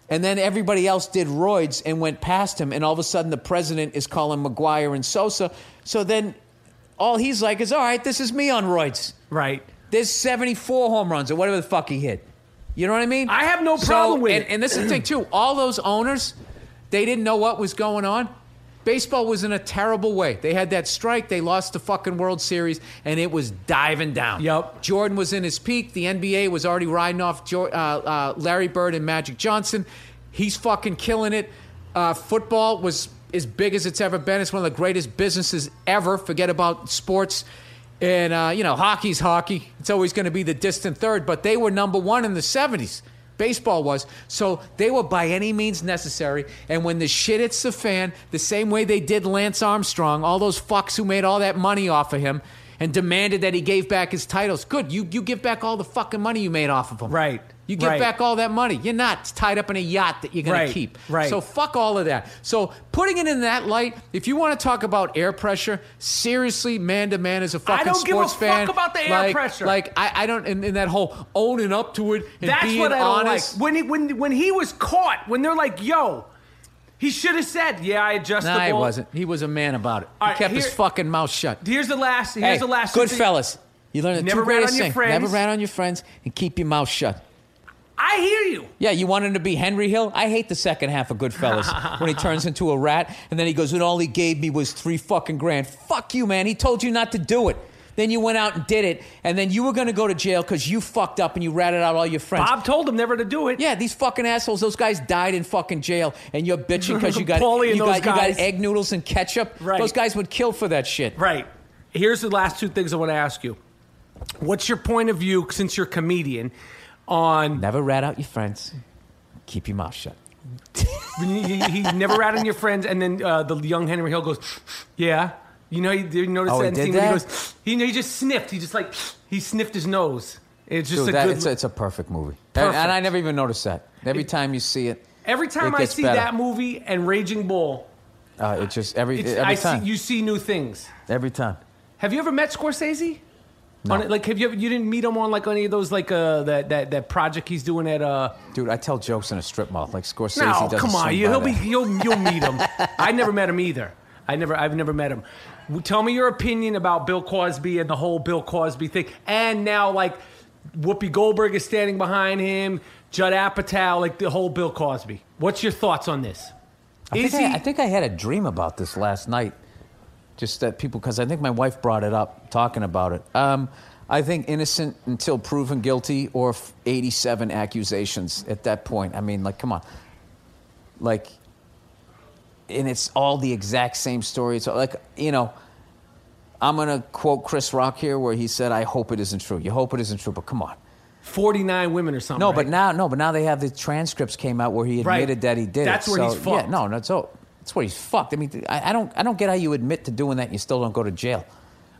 B: And then everybody else did roids and went past him. And all of a sudden, the president is calling McGuire and Sosa. So then all he's like is, all right, this is me on roids.
A: Right.
B: There's 74 home runs or whatever the fuck he hit. You know what I mean?
A: I have no problem with
B: and,
A: it.
B: And this is the thing, too. All those owners, they didn't know what was going on. Baseball was in a terrible way. They had that strike, they lost the fucking World Series, and it was diving down.
A: Yup.
B: Jordan was in his peak. The NBA was already riding off jo- uh, uh, Larry Bird and Magic Johnson. He's fucking killing it. Uh, football was as big as it's ever been. It's one of the greatest businesses ever. Forget about sports. And, uh, you know, hockey's hockey. It's always going to be the distant third, but they were number one in the 70s. Baseball was. So they were by any means necessary. And when the shit hits the fan, the same way they did Lance Armstrong, all those fucks who made all that money off of him, and demanded that he gave back his titles. Good, you you give back all the fucking money you made off of him.
A: Right,
B: You give
A: right.
B: back all that money. You're not tied up in a yacht that you're gonna
A: Right,
B: keep.
A: right.
B: So fuck all of that. So putting it in that light, if you want to talk about air pressure, seriously, man to man as a fucking
A: don't give a
B: sports
A: fuck
B: fan,
A: about the air
B: like,
A: pressure.
B: Like I, I don't in, in that whole owning up to it and
A: That's
B: being
A: what I don't
B: honest.
A: like. When he, when when he was caught, when they're like, "Yo," he should have said, "Yeah, I adjusted."
B: Nah,
A: the
B: he
A: ball."
B: wasn't. He was a man about it.
A: All
B: he
A: right,
B: kept his
A: here-
B: fucking mouth shut.
A: Here's the last. Here's the last.
B: good fellas. You learn the
A: Never
B: two
A: ran on
B: greatest
A: your
B: things.
A: friends.
B: Never ran on your friends and keep your mouth shut.
A: I hear you.
B: Yeah, you want him to be Henry Hill? I hate the second half of Goodfellas when he turns into a rat and then he goes, and all he gave me was three fucking grand. Fuck you, man. He told you not to do it. Then you went out and did it, and then you were going to go to jail because you fucked up and you ratted out all your friends.
A: Bob told him never to do it.
B: Yeah, these fucking assholes. Those guys died in fucking jail, and you're bitching because you got
A: Paulie and
B: you got,
A: those
B: you
A: guys.
B: got egg noodles and ketchup.
A: Right.
B: Those guys would kill for that shit.
A: Right. Here's the last two things I want to ask you. What's your point of view, since you're a comedian, on
B: Never rat out your friends. Keep your mouth shut.
A: he, he- he never rat on your friends, and then uh, the young Henry Hill goes, "Yeah." You know, you, you notice
B: Oh,
A: that
B: he
A: in scene
B: did
A: when he
B: that?
A: goes, he, he just sniffed. He just like he sniffed his nose. It's just
B: Dude,
A: a
B: that-
A: good.
B: it's, a, it's a perfect movie. And- And, I
A: Perfect.
B: never even noticed that. Every time you see it,
A: every time
B: it
A: I
B: gets
A: see
B: better.
A: that movie and Raging Bull,
B: uh, it just every
A: it's,
B: every
A: I
B: time.
A: see you see new things.
B: every time.
A: Have you ever met Scorsese? No. On, like, have you ever, you didn't meet him on like any of those like uh that that that project he's doing at uh?
B: Dude, I tell jokes in a strip mall. Like Scorsese
A: No,
B: does.
A: come
B: a
A: on, you, he'll be
B: Sunbata.
A: you'll you'll meet him. I never met him either. I never I've never met him. W- Tell me your opinion about Bill Cosby and the whole Bill Cosby thing, and now like Whoopi Goldberg is standing behind him, Judd Apatow, like the whole Bill Cosby. What's your thoughts on this?
B: I
A: Is
B: think,
A: he?
B: I, I think I had a dream about this last night. Just that people, because I think my wife brought it up, talking about it. Um, I think innocent until proven guilty, or f- 87 accusations at that point. I mean, like, come on. Like, and it's all the exact same story. It's all- like, you know, I'm going to quote Chris Rock here where he said, I hope it isn't true. You hope it isn't true, but come on.
A: Forty nine women or something?
B: No,
A: right?
B: but now, no, but now they have the transcripts came out where he
A: Right.
B: admitted that he did.
A: That's
B: it.
A: where
B: so,
A: he's fucked.
B: Yeah, no, no, so that's where he's fucked. I mean, I, I don't, I don't get how you admit to doing that and you still don't go to jail.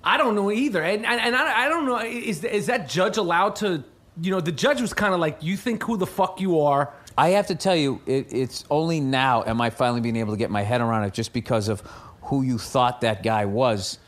A: I don't know either, and and, and I, I don't know is is that judge allowed to? You know, the judge was kind of like, you think who the fuck you are.
B: I have to tell you, it, it's only now am I finally being able to get my head around it, just because of who you thought that guy was,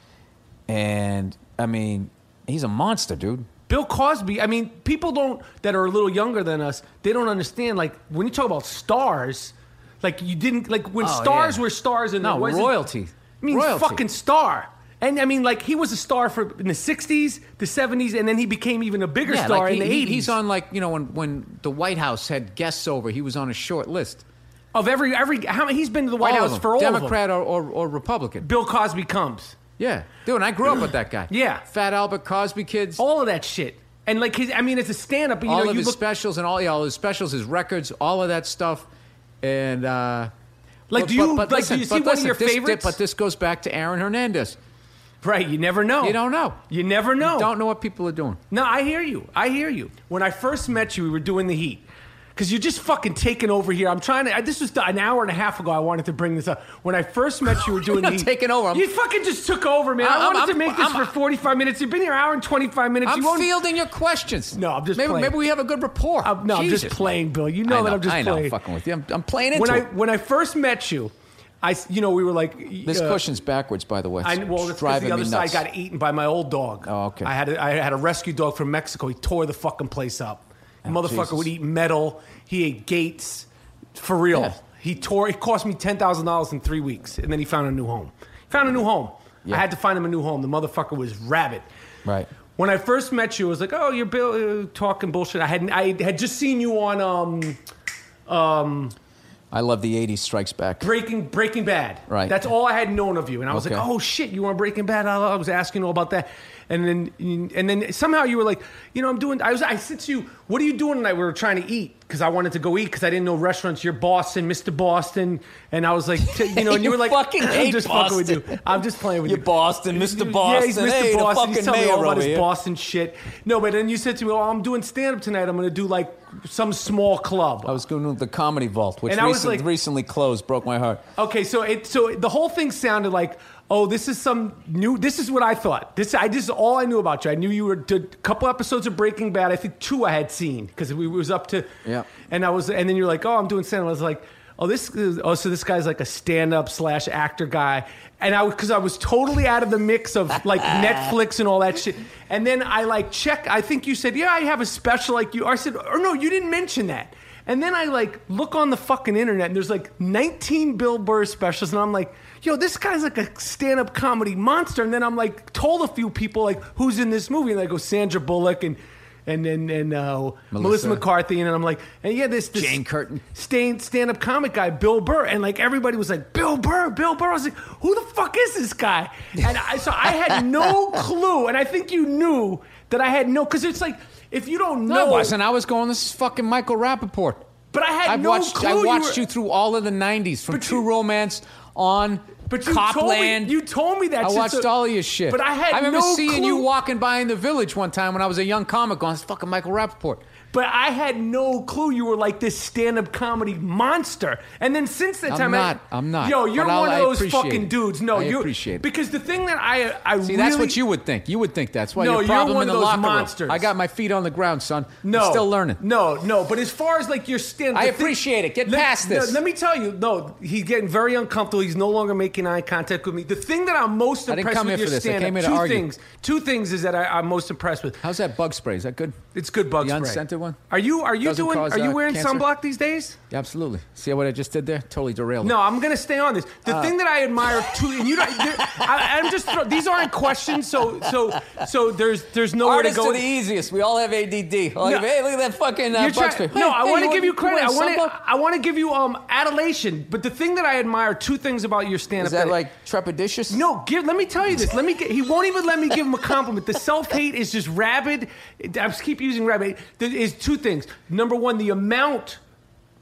B: and I mean, he's a monster, dude.
A: Bill Cosby, I mean, people don't that are a little younger than us, they don't understand. Like when you talk about stars, like you didn't like when
B: Oh,
A: stars
B: yeah.
A: were stars and
B: No,
A: there wasn't-
B: royalty.
A: I mean,
B: Royalty.
A: fucking star. And I mean, like he was a star for in the '60s, the '70s, and then he became even a bigger
B: Yeah,
A: star
B: like
A: in the
B: he- he-
A: '80s.
B: He's on like you know when when the White House had guests over, he was on a short list.
A: of every every how many, he's been to the White
B: All of
A: House
B: them,
A: for all of them.
B: Democrat or, or or Republican.
A: Bill Cosby comes,
B: Yeah, dude, and I grew up with that guy.
A: Yeah.
B: Fat Albert, Cosby Kids,
A: all of that shit, and like his. I mean, it's a stand-up. but, You
B: all
A: know,
B: of
A: you
B: his
A: look
B: specials and all, yeah, all his specials, his records, all of that stuff, and uh,
A: Like,
B: but-
A: do you- like,
B: but- but
A: do
B: listen,
A: you see
B: but
A: one of
B: listen,
A: your
B: this-
A: favorites?
B: But this goes back to Aaron Hernandez.
A: right. You never know.
B: You don't know.
A: You never know.
B: Don't know what people are doing.
A: No, I hear you. I hear you. When I first met you, we were doing the heat. Because you're just fucking taking over here. I'm trying to. I, this was an hour and a half ago. I wanted to bring this up. When I first met you, we were doing the
B: not
A: heat.
B: taking over. I'm-
A: You fucking just took over, man. I,
B: I'm-
A: wanted
B: I'm-
A: to make this
B: I'm-
A: for 45 minutes. You've been here an hour and 25 minutes.
B: I'm
A: you won't-
B: fielding your questions.
A: No, I'm just
B: maybe
A: playing.
B: maybe we have a good rapport.
A: I'm- no, I'm
B: Jesus.
A: just playing, Bill. You
B: I
A: know,
B: know
A: that I'm just
B: I know,
A: playing.
B: I'm fucking with you. I'm, I'm playing into
A: when I
B: it.
A: when I first met you, I s- you know we were like
B: This
A: uh,
B: cushion's backwards, by the way.
A: I,
B: It's
A: well, that's because
B: driving
A: the other
B: me
A: side
B: nuts.
A: got eaten by my old dog.
B: Oh, okay.
A: I had a, I had a rescue dog from Mexico. He tore the fucking place up. Motherfucker
B: Oh, Jesus.
A: would eat metal. He ate gates, for real.
B: Yeah.
A: He tore. It cost me ten thousand dollars in three weeks, and then he found a new home. Found a new home.
B: Yeah.
A: I had to find him a new home. The motherfucker was rabid.
B: Right.
A: When I first met you, it was like, "Oh, you're Bill, uh, talking bullshit." I had I had just seen you on um,
B: I love the '80s Strikes Back.
A: Breaking Breaking Bad.
B: Right.
A: That's all I had known of you, and I was like,
B: Okay.
A: "Oh shit, you were on Breaking Bad." I, I was asking all about that, and then and then somehow you were like, "You know, I'm doing." I was. I said to you, "What are you doing tonight?" We were trying to eat because I wanted to go eat because I didn't know restaurants. You're Boston, Mr. Boston, and I was like, t- you know, and you,
D: You
A: were like,
D: fucking
A: "I'm
D: hate
A: just fucking with
D: Boston.
A: you. I'm just playing with
D: You're
A: you."
D: Boston, Mr.
A: Yeah, he's
D: Boston.
A: Mr.
D: Hey, the
A: Boston.
D: fucking
A: He's telling me
D: mayor
A: all about
D: over
A: his
D: here.
A: Boston shit. No, but then you said to me, "Oh, I'm doing stand up tonight. I'm going to do like some small club."
B: I was going to the Comedy Vault, which
A: And I was
B: recent-
A: like-
B: recently closed. Broke my heart.
A: Okay, so it so the whole thing sounded like, oh, this is some new. This is what I thought. This I this is all I knew about you. I knew you were did a couple episodes of Breaking Bad. I think two I had seen because we was up to.
B: Yeah.
A: And I was, and then you're like, oh, I'm doing stand up. I was like. Oh, this is, oh, so this guy's like a stand-up slash actor guy, and I because I was totally out of the mix of like Netflix and all that shit. And then I like check. I think you said, yeah, I have a special like you. I said, or no, you didn't mention that. And then I like look on the fucking internet and there's like 19 Bill Burr specials and I'm like, yo, this guy's like a stand-up comedy monster. And then I'm like told a few people like who's in this movie and I go Sandra Bullock and and and, and uh, Melissa.
B: Melissa.
A: McCarthy and I'm like, and yeah, this, this
B: Jane Curtin.
A: stand stand-up comic guy Bill Burr and like everybody was like Bill Burr, Bill Burr. I was like, who the fuck is this guy? And I, so I had no clue and I think you knew that I had no because it's like if you don't
B: No,
A: know
B: I wasn't. I was going. This is fucking Michael Rappaport.
A: But I had
B: I
A: no
B: watched.
A: clue.
B: I watched
A: were-
B: you, through all of the '90s, from
A: But
B: True
A: you-
B: Romance on.
A: But you
B: Copland.
A: told me you told me that.
B: I
A: shit,
B: watched
A: so-
B: all of your shit.
A: But I had
B: I remember
A: no
B: seeing
A: clue,
B: you walking by in the village one time when I was a young comic on fucking Michael Rappaport.
A: But I had no clue you were like this stand-up comedy monster. And then since that
B: I'm
A: time,
B: not.
A: I,
B: I'm not.
A: Yo, you're
B: But I'll-
A: one
B: I
A: of those
B: appreciate
A: fucking
B: it.
A: dudes. No,
B: I
A: you
B: appreciate it.
A: because the thing that I I
B: See,
A: really,
B: that's what you would think. You would think that's why
A: No,
B: your
A: you're
B: problem
A: one
B: in
A: of
B: the
A: those
B: locker room.
A: monsters.
B: I got my feet on the ground, son. I'm
A: No,
B: still learning.
A: No, no. But as far as like your stand,
B: I
A: the thing-
B: appreciate it. Get
A: Let-
B: past this.
A: no, Let me tell you, no, he's getting very uncomfortable. He's no longer making eye contact with me. The thing that I'm most
B: I didn't
A: impressed
B: come
A: with your
B: here for this. I
A: stand-up,
B: came here to
A: two
B: argue.
A: things, two things is that I, I'm most impressed with.
B: How's that bug spray? Is that good?
A: It's good bug
B: The
A: spray.
B: unscented one?
A: Are you are you
B: Doesn't
A: doing
B: cause,
A: are you
B: uh,
A: wearing
B: cancer?
A: sunblock these days?
B: Yeah, absolutely. See what I just did there? Totally derailed. it.
A: No, I'm gonna stay on this.
D: Uh.
A: The thing that I admire too, and you, don't- there- I, I'm just throw, these aren't questions. So so so there's there's nowhere
D: Artists
A: to go.
D: are the easiest. We all have ADD. Like, hey, look at that fucking uh,
A: You're
D: bug
A: try-
D: spray.
A: no,
D: Hey,
A: I
D: hey,
A: want to
D: you
A: give you
D: wanna-
A: credit. I
D: wanna
A: want
D: sunblock?
A: to I want to give you um adulation. But the thing that I admire, two things about your stand-up.
D: Is that like trepidatious?
A: No, give, let me tell you this. Let me. Get, he won't even let me give him a compliment. The self hate is just rabid. I just keep using rabid. There is two things. Number one, the amount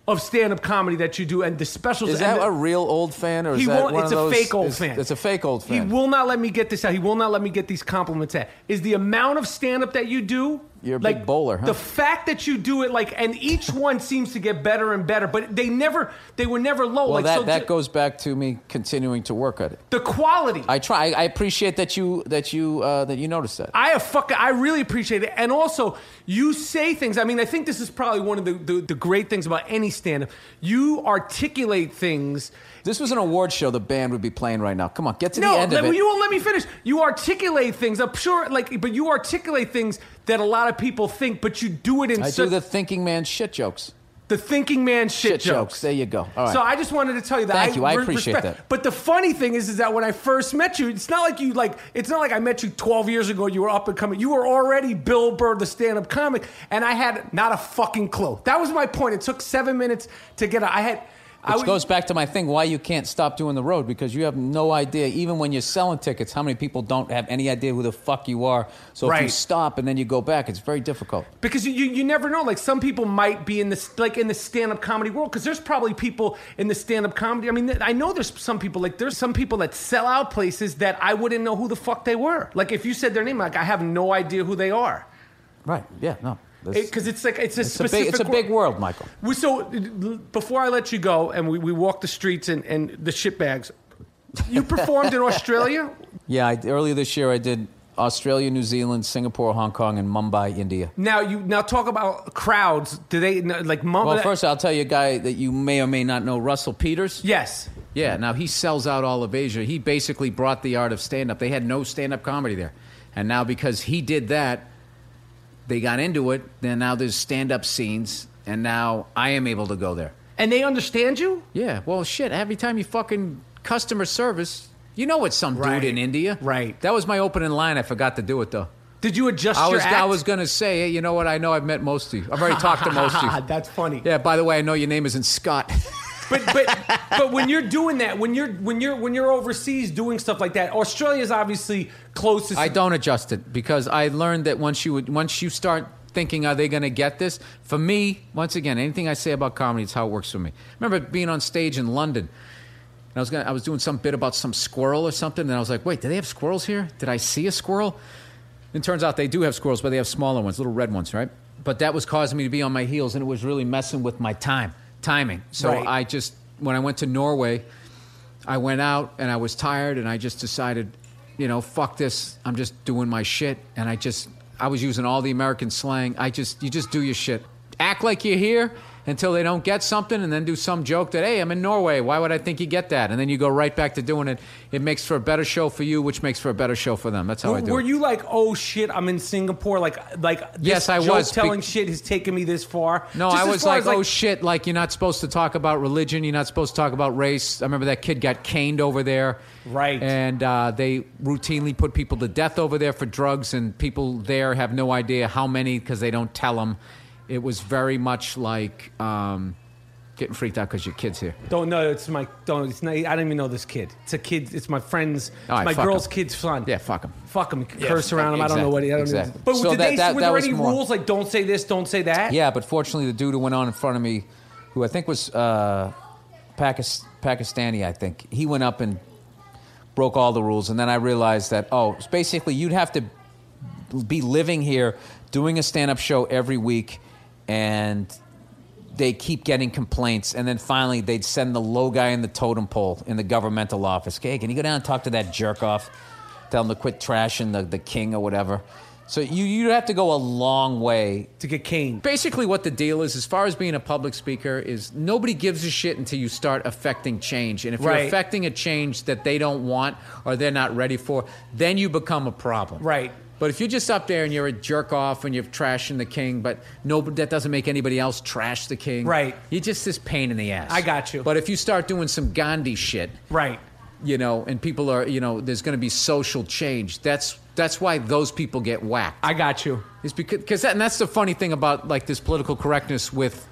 A: of stand up comedy that you do and the specials.
D: Is
A: and
D: that
A: the-
D: a real old fan or is
A: he
D: that
A: won't.
D: one
A: it's
D: of
A: a
D: those?
A: fake old
D: is-
A: fan.
D: It's a fake old fan.
A: He will not let me get this out. He will not let me get these compliments out. Is the amount of stand up that you do?
D: You're a
A: like,
D: big bowler, huh?
A: The fact that you do it, like, and each one seems to get better and better, but they never, they were never low.
D: well,
A: like,
D: that,
A: so
D: that
A: ju-
D: goes back to me continuing to work at it.
A: the quality.
D: I try. I appreciate that you that you uh, that you noticed that.
A: I have fuck. I really appreciate it. And also, you say things. I mean, I think this is probably one of the, the, the great things about any stand up. You articulate things.
D: This was an award show the band would be playing right now. Come on, get to
A: No,
D: the end
A: let-
D: of it.
A: you won't let me finish. You articulate things. I'm sure, like, but you articulate things that a lot of people think, but you do it in
D: I
A: so-
D: do the thinking man shit jokes.
A: the The thinking man shit,
D: Shit jokes. There you go. All right.
A: So I just wanted to tell you that.
D: Thank you. I
A: re-
D: appreciate
A: respect-
D: that.
A: But the funny thing is, is that when I first met you, it's not like you like. It's not like I met you 12 years ago. You were up and coming. You were already Bill Burr, the stand-up comic, and I had not a fucking clue. That was my point. It took seven minutes to get. A, I had. I
D: Which
A: was-
D: goes back to my thing why you can't stop doing the road because you have no idea, even when you're selling tickets, how many people don't have any idea who the fuck you are. So if you
A: Right.
D: stop and then you go back, it's very difficult.
A: because you, you you never know. Like some people might be in this like in the stand up comedy world because there's probably people in the stand up comedy. I mean, th- I know there's some people like there's some people that sell out places that I wouldn't know who the fuck they were. Like if you said their name, like I have no idea who they are
D: Right. Yeah, no. That's-
A: because it's like it's a
D: it's, a big,
A: specific.
D: it's a big world, Michael.
A: We- So uh, before I let you go, and we, we walk the streets and and the shit bags. You performed in Australia.
D: Yeah, I, earlier this year I did Australia, New Zealand, Singapore, Hong Kong, and Mumbai, India.
A: Now you now talk about crowds. Do they like? Mom,
D: Well, first I'll tell you a guy that you may or may not know, Russell Peters.
A: yes.
B: Yeah, now he sells out all of Asia. He basically brought the art of stand up. They had no stand up comedy there. And now because he did that, they got into it. Then now there's stand up scenes. And now I am able to go there.
A: And they understand you?
B: Yeah, well, shit, every time you fucking customer service, you know it's some
A: Right,
B: dude in India.
A: right.
B: That was my opening line. I forgot to do it, though.
A: Did you adjust
B: I
A: your
B: was,
A: act?
B: I was going to say, hey, you know what? I know I've met most of you. I've already talked to most of you.
A: That's funny.
B: Yeah, by the way, I know your name isn't Scott.
A: But but but when you're doing that, when you're when you're when you're overseas doing stuff like that, Australia's obviously closest.
B: I don't adjust it because I learned that once you would, once you start thinking, are they going to get this? For me, once again, anything I say about comedy, it's how it works for me. I remember being on stage in London, and I was gonna, I was doing some bit about some squirrel or something, and I was like, wait, do they have squirrels here? Did I see a squirrel? And it turns out they do have squirrels, but they have smaller ones, little red ones, right? But that was causing me to be on my heels, and it was really messing with my time, timing. So
A: Right.
B: I just, when I went to Norway, I went out and I was tired and I just decided, you know, fuck this. I'm just doing my shit. And I just, I was using all the American slang. I just, you just do your shit. Act like you're here until they don't get something and then do some joke that, hey, I'm in Norway. Why would I think you get that? And then you go right back to doing it. It makes for a better show for you, which makes for a better show for them. That's how I
A: Were,
B: do
A: were
B: it.
A: you like, oh shit, I'm in Singapore? Like like this
B: Yes, I
A: joke
B: was, be-
A: telling shit has taken me this far.
B: No,
A: Just
B: I
A: as
B: was
A: far
B: like,
A: as,
B: oh shit, like you're not supposed to talk about religion, you're not supposed to talk about race. I remember that kid got caned over there.
A: Right.
B: And uh, they routinely put people to death over there for drugs, and people there have no idea how many because they don't tell them. It was very much like um, getting freaked out because your kid's here.
A: Don't know. It's my don't. It's not, I don't even know this kid. It's a kid. It's my friend's. It's
B: All right,
A: my
B: fuck
A: girl's
B: him.
A: kid's son.
B: Yeah, fuck him.
A: Fuck him. Curse
B: fuck-
A: around him. I don't know what. he- I don't
B: exactly, exactly.
A: know. But
D: So
A: did
D: that-
A: they,
D: that-
A: were
D: that
A: there
D: was
A: any
D: more-
A: rules like don't say this, don't say that?
D: Yeah, but fortunately, the dude who went on in front of me, who I think was uh, Pakis- Pakistani, I think, he went up and broke all the rules. And then I realized that, oh, it's basically, you'd have to be living here, doing a stand up show every week, and they keep getting complaints. And then finally, they'd send the low guy in the totem pole in the governmental office. Hey, can you go down and talk to that jerk off? Tell him to quit trashing the, the king or whatever. So you, you have to go a long way
A: To get caned.
B: Basically, what the deal is, as far as being a public speaker, is nobody gives a shit until you start affecting change. And if
A: Right.
B: you're affecting a change that they don't want or they're not ready for, then you become a problem.
A: Right.
B: But if you're just up there and you're a jerk off and you're trashing the king, but no, that doesn't make anybody else trash the king.
A: Right.
B: You're just this pain in the ass.
A: I got you.
B: But if you start doing some Gandhi shit,
A: Right.
B: you know, and people are, you know, there's going to be social change. That's that's why those people get whacked.
A: I got you.
B: It's because cause that, and that's the funny thing about like this political correctness with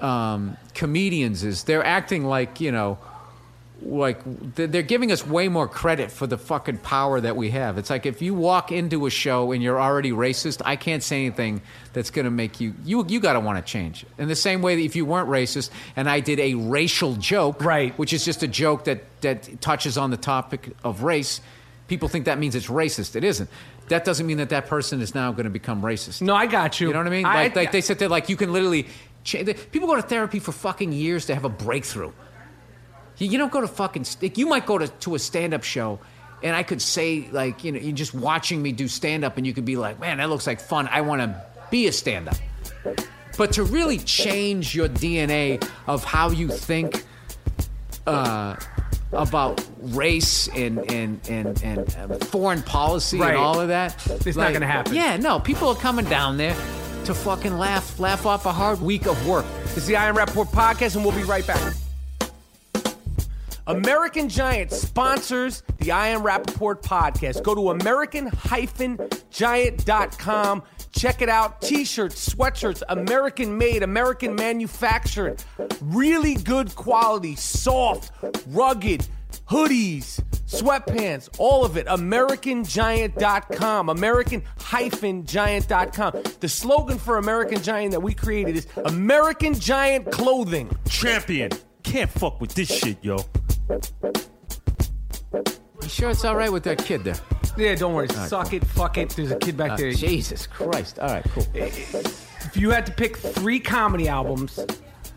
B: um, comedians is they're acting like you know like they're they're giving us way more credit for the fucking power that we have. It's like if you walk into a show and you're already racist, I can't say anything that's going to make you you you got to want to change. In the same way that if you weren't racist and I did a racial joke,
A: Right.
B: which is just a joke that that touches on the topic of race, people think that means it's racist. It isn't. That doesn't mean that that person is now going to become racist.
A: No, I got you.
B: You know what I mean?
A: I-
B: like, like they sit there, like you can literally. Cha- the- people go to therapy for fucking years to have a breakthrough. You, you don't go to fucking. Like, you might go to, to a stand up show, and I could say like you know you're just watching me do stand up, and you could be like, man, that looks like fun. I want to be a stand up. But to really change your DNA of how you think uh, about race and and and, and uh, foreign policy
A: Right.
B: and all of that,
A: It's not gonna happen.
B: Yeah, no, people are coming down there to fucking laugh laugh off a hard week of work.
A: This is the Iron Rapport podcast, and we'll be right back. American Giant sponsors the I Am Rappaport podcast. Go to American-Giant.com. Check it out. T-shirts, sweatshirts, American made, American manufactured. Really good quality, soft, rugged, hoodies, sweatpants, all of it. AmericanGiant.com. American-Giant.com. The slogan for American Giant that we created is American Giant Clothing.
E: Champion. Can't fuck with this shit, yo.
B: You sure it's all right with that kid there?
A: Yeah, don't worry. Suck it, fuck it. There's a kid back
B: Uh,
A: there.
B: Jesus Christ. All right, cool.
A: If you had to pick three comedy albums,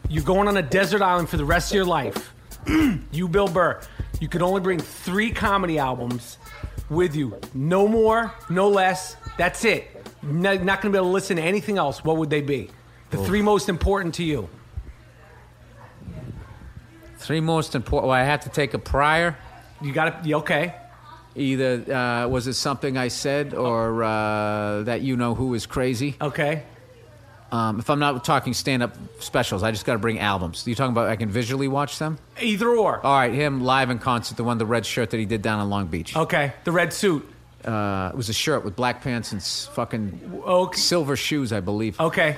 A: you're going on a desert island for the rest of your life. you, Bill Burr, you could only bring three comedy albums with you. No more, no less. That's it. Not, not going to be able to listen to anything else. What would they be? The three most important to you.
B: Three most important. Well, I have to take a prior.
A: You got to, okay.
B: Either uh, was it something I said or uh, that you know who is crazy?
A: Okay.
B: Um, if I'm not talking stand up specials, I just got to bring albums. You talking about I can visually watch them?
A: Either or.
B: All right, him live in concert, the one, the red shirt that he did down in Long Beach.
A: Okay. The red suit.
B: Uh, it was a shirt with black pants and s- fucking
A: Okay.
B: silver shoes, I believe.
A: Okay.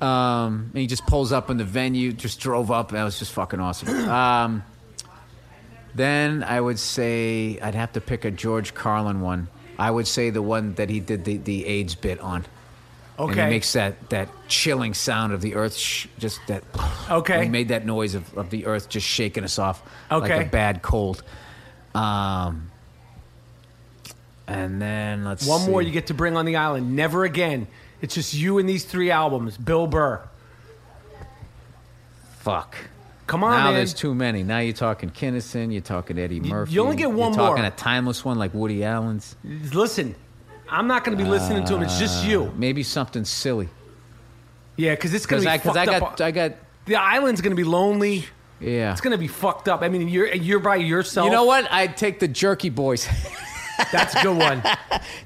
B: Um, and he just pulls up in the venue, just drove up. That was just fucking awesome. um, then I would say I'd have to pick a George Carlin one. I would say the one that he did the, the AIDS bit on. And
A: Okay.
B: he makes that, that chilling sound of the earth, sh- just that.
A: Okay.
B: He made that noise of, of the earth just shaking us off
A: Okay.
B: like a bad cold. Um, and then let's
A: One more
B: see.
A: you get to bring on the island. Never again. It's just you and these three albums. Bill Burr.
B: Fuck.
A: Come on,
B: now
A: man.
B: there's too many. Now you're talking Kinnison, you're talking Eddie Murphy.
A: you only get one
B: You're talking
A: more.
B: a timeless one like Woody Allen's.
A: Listen, I'm not going to be listening to him. It's just you.
B: Uh, Maybe something silly.
A: Yeah, because it's going
B: Because
A: to be fucked
B: I, 'cause I
A: up.
B: got, I got,
A: the island's going to be lonely.
B: yeah.
A: It's going to be fucked up. I mean, you're you're by yourself.
B: you know what? I'd take the Jerky Boys.
A: That's a good one.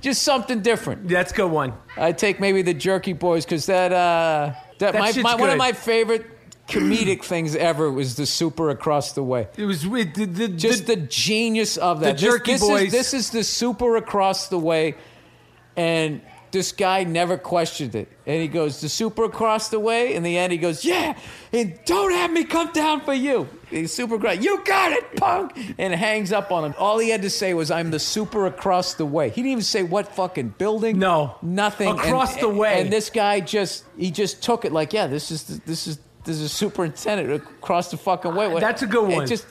B: Just something different.
A: That's a good one.
B: I'd take maybe the Jerky Boys because that, uh, that,
A: That
B: my,
A: shit's
B: my, one
A: good.
B: of my favorite comedic things ever was the Super Across the Way.
A: It was it, the, the,
B: just
A: the-
B: the, genius of that.
A: the
B: This-
A: Jerky
B: this,
A: Boys.
B: Is, this is the super across the way, and this guy never questioned it. And he goes, "The super across the way." In the end, he goes, "Yeah, and don't have me come down for you." The super across, you got it, punk, and hangs up on him. All he had to say was, "I'm the super across the way." He didn't even say what fucking building.
A: No.
B: nothing And-
A: Across the way.
B: And this guy just he just took it like, yeah, this is this is. This is superintendent across the fucking way.
A: That's a good
B: It
A: one.
B: just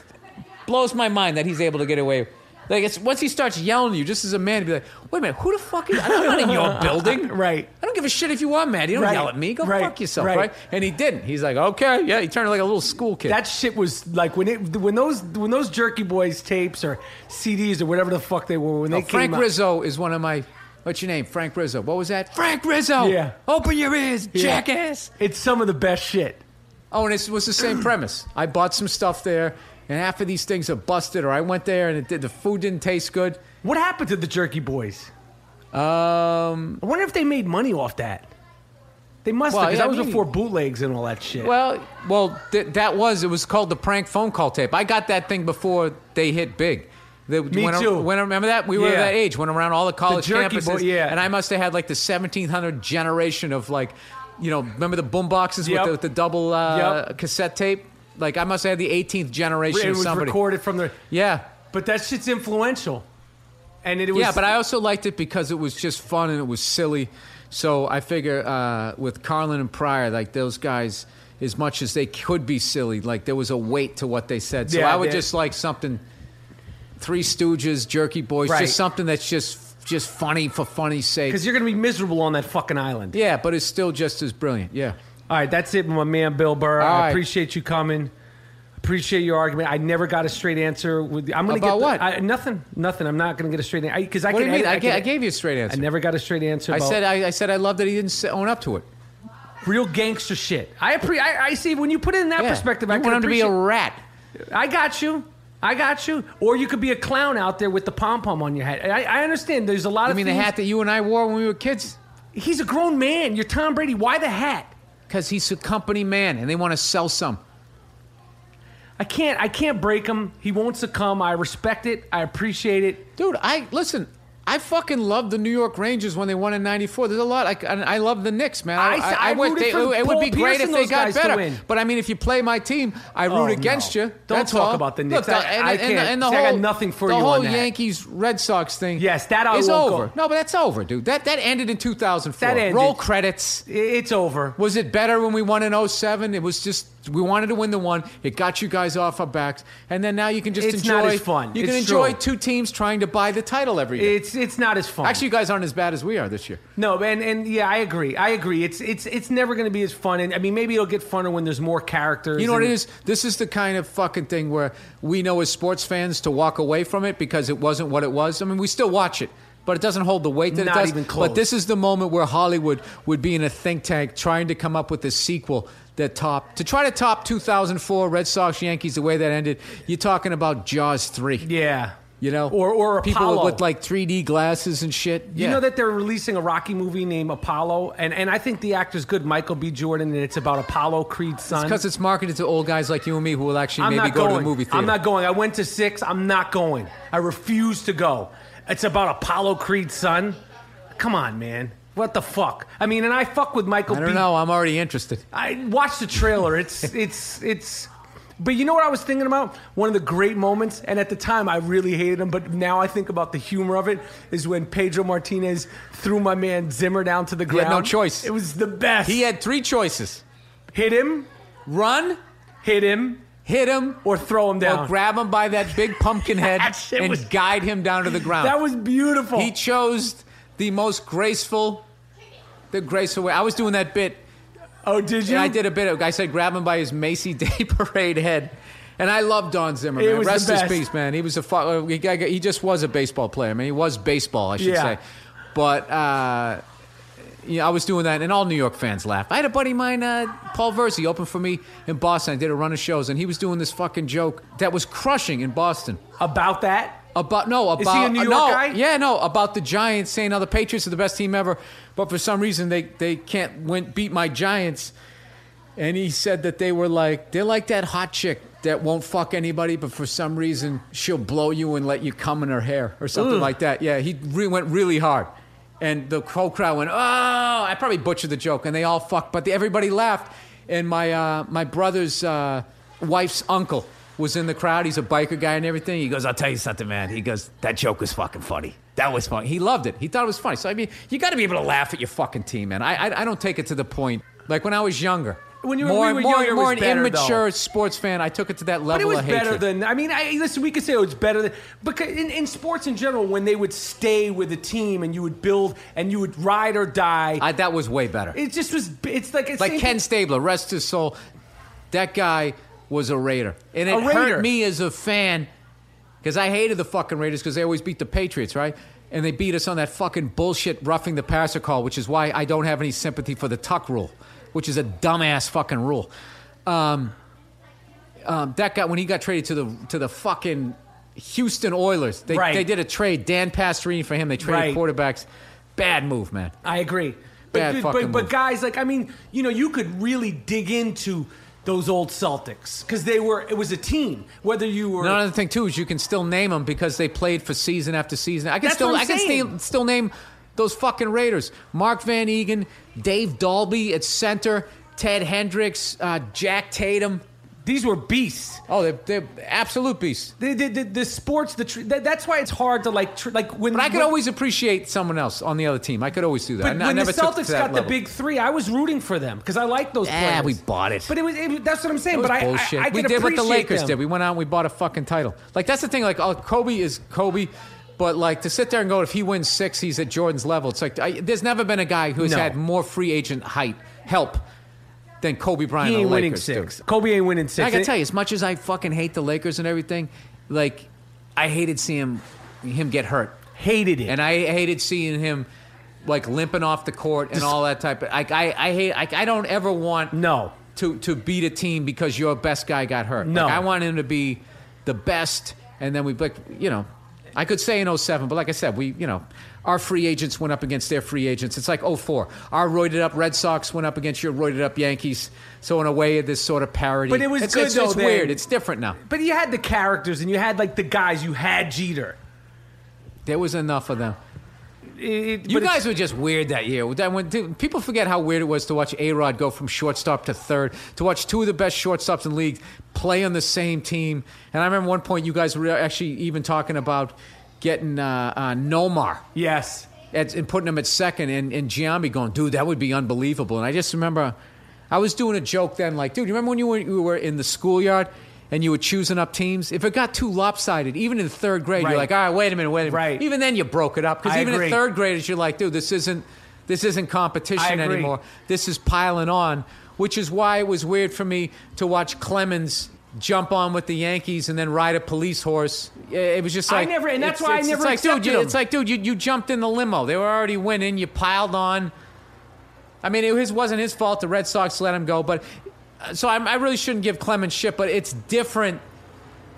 B: blows my mind that he's able to get away. Like it's once he starts yelling at you, just as a man, to be like, "Wait a minute, who the fuck is? I'm not in your building,
A: Right.
B: I don't give a shit if you are mad. You don't
A: Right.
B: yell at me. Go
A: Right.
B: fuck yourself,
A: Right.
B: right. And he didn't. He's like, "Okay, yeah." He turned like a little school kid.
A: that shit was like when it when those when those Jerky Boys tapes or CDs or whatever the fuck they were when they
B: Oh, Frank
A: came out.
B: Rizzo is one of my. What's your name? Frank Rizzo. What was that? Frank Rizzo.
A: Yeah.
B: Open your ears,
A: Yeah.
B: jackass.
A: It's some of the best shit.
B: Oh, and it was the same premise. I bought some stuff there, and half of these things are busted, or I went there and it did, the food didn't taste good.
A: What happened to the Jerky Boys?
B: Um,
A: I wonder if they made money off that. They must
B: Well,
A: have, because
B: yeah,
A: that was
B: I mean-
A: before bootlegs and all that shit.
B: Well, well, th- that was it was called the prank phone call tape. I got that thing before they hit big. They-
A: Me
B: when I-
A: too.
B: when I remember that we were
A: Yeah.
B: that age, went around all the college
A: jerky
B: campuses,
A: boy- yeah.
B: and I must have had like the seventeen hundred generation of like, you know, remember the boom boxes
A: Yep.
B: with, the, with the double uh,
A: Yep.
B: cassette tape. Like I must have had the eighteenth generation
A: it
B: of
A: was
B: somebody.
A: recorded from the.
B: Yeah,
A: But that shit's influential. And it was
B: yeah, but I also liked it because it was just fun and it was silly. So I figure uh, with Carlin and Pryor, like those guys, as much as they could be silly, like there was a weight to what they said. So
A: Yeah,
B: I would
A: they-
B: just like something, Three Stooges, Jerky Boys,
A: Right.
B: just something that's just just funny for funny's sake.
A: because you're gonna be miserable on that fucking island.
B: Yeah, but it's still just as brilliant. Yeah.
A: All right, that's it, my man, Bill Burr.
B: All
A: I
B: right.
A: appreciate you coming. Appreciate your argument. I never got a straight answer. With I'm gonna
B: About
A: get the-
B: what?
A: I, nothing. Nothing. I'm not gonna get a straight answer because I
B: What do
A: can
B: you mean?
A: edit-
B: I, ga-
A: can-
B: I gave you a straight
A: I
B: answer.
A: never got a straight answer.
B: I
A: about
B: said I, I said I love that he didn't s- own up to it.
A: real gangster shit. I, appre- I I see when you put it in that
B: Yeah.
A: perspective.
B: you
A: I
B: want
A: can
B: him to be a
A: appreciate-
B: rat.
A: I got you. I got you. Or you could be a clown out there with the pom pom on your head. I, I understand. There's a lot
B: I
A: of.
B: mean, the
A: things-
B: hat that you and I wore when we were kids.
A: He's a grown man. You're Tom Brady. Why the hat?
B: Because he's a company man and they want to sell some.
A: I can't. I can't break him. He won't succumb. I respect it. I appreciate it.
B: Dude, I listen. I fucking love the New York Rangers when they won in '94. There's a lot. I, and I love the Knicks, man. I,
A: I- I rooted
B: they-
A: for
B: it would be
A: Paul
B: great
A: Pierce
B: if
A: and
B: they
A: those
B: got
A: guys to
B: better.
A: win.
B: But I mean, if you play my team, I
A: Oh,
B: root against
A: no.
B: you.
A: Don't
B: That's
A: talk
B: all.
A: about the Knicks.
B: Look,
A: I-
B: and,
A: I
B: and-
A: can't-
B: and the
A: see, I got
B: whole-
A: nothing for
B: the
A: you
B: whole
A: on that.
B: Yankees Red Sox thing.
A: Yes, that I
B: is
A: won't go.
B: over. No, but that's over, dude. That that ended in 2004.
A: That ended.
B: Roll credits.
A: I- It's over.
B: Was it better when we won in 07? It was just we wanted to win the one. It got you guys off our backs, and then now you can just
A: It's
B: enjoy.
A: not as fun.
B: You can
A: It's
B: enjoy
A: true.
B: two teams trying to buy the title every year.
A: It's it's not as fun.
B: Actually, you guys aren't as bad as we are this year.
A: No, and and yeah, I agree. I agree. It's it's it's never going to be as fun. And I mean, maybe it'll get funner when there's more characters.
B: You know what
A: and-
B: it is? This is the kind of fucking thing where we know as sports fans to walk away from it because it wasn't what it was. I mean, we still watch it, but it doesn't hold the weight that
A: Not
B: it does.
A: even close.
B: But this is the moment where Hollywood would be in a think tank trying to come up with a sequel that top to try to top 2004 Red Sox Yankees the way that ended. You're talking about Jaws 3.
A: Yeah.
B: You know,
A: Or or
B: people
A: Apollo.
B: with like 3D glasses and shit.
A: You know that they're releasing a Rocky movie named Apollo, and, and I think the actor's good, Michael B. Jordan, and it's about Apollo Creed's son.
B: because it's marketed to old guys like you and me who will actually
A: I'm
B: maybe
A: not
B: go
A: going.
B: to the movie theater.
A: I'm not going. I went to six. I'm not going. I refuse to go. It's about Apollo Creed's son. Come on, man. What the fuck? I mean, and I fuck with Michael.
B: I don't
A: B.
B: know. I'm already interested.
A: I watched the trailer. It's it's it's. But you know what I was thinking about? One of the great moments, and at the time I really hated him, but now I think about the humor of it, is when Pedro Martinez threw my man Zimmer down to the
B: He
A: ground.
B: had no choice.
A: It was the best.
B: He had three choices:
A: hit him,
B: run,
A: hit him,
B: hit him,
A: or throw him down.
B: or grab him by that big pumpkin head
A: That shit
B: and
A: was-
B: guide him down to the ground.
A: that was beautiful.
B: he chose the most graceful, the graceful way. I was doing that bit.
A: oh, did you?
B: And I did a bit. Of, I said grab him by his Macy Day Parade head. And I love Don Zimmer,
A: It
B: man.
A: was the
B: Rest his
A: best.
B: peace, man. He was a fu- uh, he, got- he just was a baseball player, man. He was baseball, I should
A: Yeah.
B: say. But uh, you know, I was doing that, and all New York fans laughed. I had a buddy of mine, uh, Paul Verzi, opened for me in Boston. I did a run of shows, and he was doing this fucking joke that was crushing in Boston.
A: About that?
B: About no, about uh,
A: he a New York
B: no,
A: guy?
B: yeah, no, about the Giants saying how the Patriots are the best team ever, but for some reason they they can't win, beat my Giants. And he said that they were like they're like that hot chick that won't fuck anybody, but for some reason she'll blow you and let you come in her hair or something like that. Yeah, he re- went really hard, and the whole crowd went oh, I probably butchered the joke, and they all fucked, but they, everybody laughed. And my uh, my brother's uh, wife's uncle was in the crowd. He's a biker guy and everything. He goes, I'll tell you something, man. He goes, that joke was fucking funny. That was funny. He loved it. He thought it was funny. So I mean, you got to be able to laugh at your fucking team, man. I, I I don't take it to the point like when I was younger.
A: When you-
B: more,
A: we were
B: more,
A: younger, it
B: more
A: was
B: an
A: better,
B: immature
A: though.
B: sports fan, I took it to that level
A: But it was
B: of
A: better
B: hatred.
A: than I mean. I, listen, we could say it was better than because in, in sports in general, when they would stay with a team and you would build and you would ride or die.
B: I, that was way better.
A: it just was. It's like it's
B: like Ken Stabler, rest his soul. That guy was a Raider, and it
A: A Raider.
B: hurt me as a fan because I hated the fucking Raiders because they always beat the Patriots, right? And they beat us on that fucking bullshit roughing the passer call, which is why I don't have any sympathy for the tuck rule, which is a dumbass fucking rule. Um, um, that guy when he got traded to the to the fucking Houston Oilers, they
A: Right.
B: they did a trade. Dan Pastorini for him. They
A: Right.
B: traded quarterbacks. Bad move, man.
A: I agree.
B: Bad
A: But,
B: fucking
A: but, but
B: move.
A: guys, like I mean, you know, you could really dig into those old Celtics because they were. It was a team. Whether you were
B: Another thing too is you can still name them because they played for season after season. I can
A: That's
B: still
A: what
B: I
A: I'm
B: can still,
A: saying.
B: still name those fucking Raiders: Mark Van Egan, Dave Dalby at center, Ted Hendricks, uh, Jack Tatum.
A: these were beasts.
B: Oh, they're, they're absolute beasts.
A: The, the, the, the sports. The tr- that, that's why it's hard to like tr- like when.
B: But I could
A: when-
B: always appreciate someone else on the other team. I could always do that. I
A: But
B: n- I
A: when
B: never
A: the
B: took it
A: Celtics
B: to that
A: got
B: level.
A: the big three, I was rooting for them because I like those
B: Yeah,
A: players.
B: we bought it.
A: But it was it, that's what I'm saying.
B: That
A: But
B: was
A: I,
B: bullshit.
A: I, I
B: we
A: can
B: did what the
A: appreciate
B: Lakers
A: them.
B: did. We went out and we bought a fucking title. Like that's the thing. Like oh, Kobe is Kobe, but like to sit there and go, if he wins six, he's at Jordan's level. It's like I, there's never been a guy who's
A: No.
B: had more free agent height help than Kobe Bryant.
A: He
B: and
A: ain't
B: the
A: winning
B: Lakers, dude.
A: six. Kobe ain't winning six.
B: I gotta tell you, as much as I fucking hate the Lakers and everything, like I hated seeing him get hurt,
A: hated it.
B: and I hated seeing him. Like limping off the court and all that type of. I, I, I hate. I, I don't ever want
A: no.
B: to to beat a team because your best guy got hurt.
A: No.
B: Like, I want him to be the best, and then we like you know. I could say in 07, but like I said, we, you know, our free agents went up against their free agents. It's like 04. Our roided up Red Sox went up against your roided up Yankees. So in a way, this sort of parody.
A: But it was
B: it's,
A: good,
B: it's,
A: though,
B: it's
A: then.
B: weird. It's different now.
A: But you had the characters and you had like the guys. You had Jeter.
B: There was enough of them.
A: It-
B: You
A: but it's-
B: guys were just weird that year. That when, dude, people forget how weird it was to watch A Rod go from shortstop to third, to watch two of the best shortstops in the league play on the same team. And I remember one point you guys were actually even talking about getting uh, uh, Nomar
A: yes.
B: at, and putting him at second, and, and Giambi going, dude, that would be unbelievable. And I just remember I was doing a joke then, like, dude, you remember when you were, you were in the schoolyard? And you were choosing up teams. If it got too lopsided, even in third grade,
A: Right.
B: you're like, all right, wait a minute, wait a minute.
A: Right.
B: Even then, you broke it up because
A: I
B: even
A: agree.
B: in third graders, you're like, dude, this isn't this isn't
A: I
B: competition
A: agree.
B: anymore. This is piling on, which is why it was weird for me to watch Clemens jump on with the Yankees and then ride a police horse. It- It was just
A: I
B: like
A: never- and that's
B: it's-
A: why I
B: it's-
A: never
B: It's like, dude,
A: accepted
B: you,
A: him.
B: it's like, dude, you, you jumped in the limo. They were already winning. You piled on. I mean, it his, wasn't his fault. The Red Sox let him go, but uh, so I'm, I really shouldn't give Clemens shit. But it's different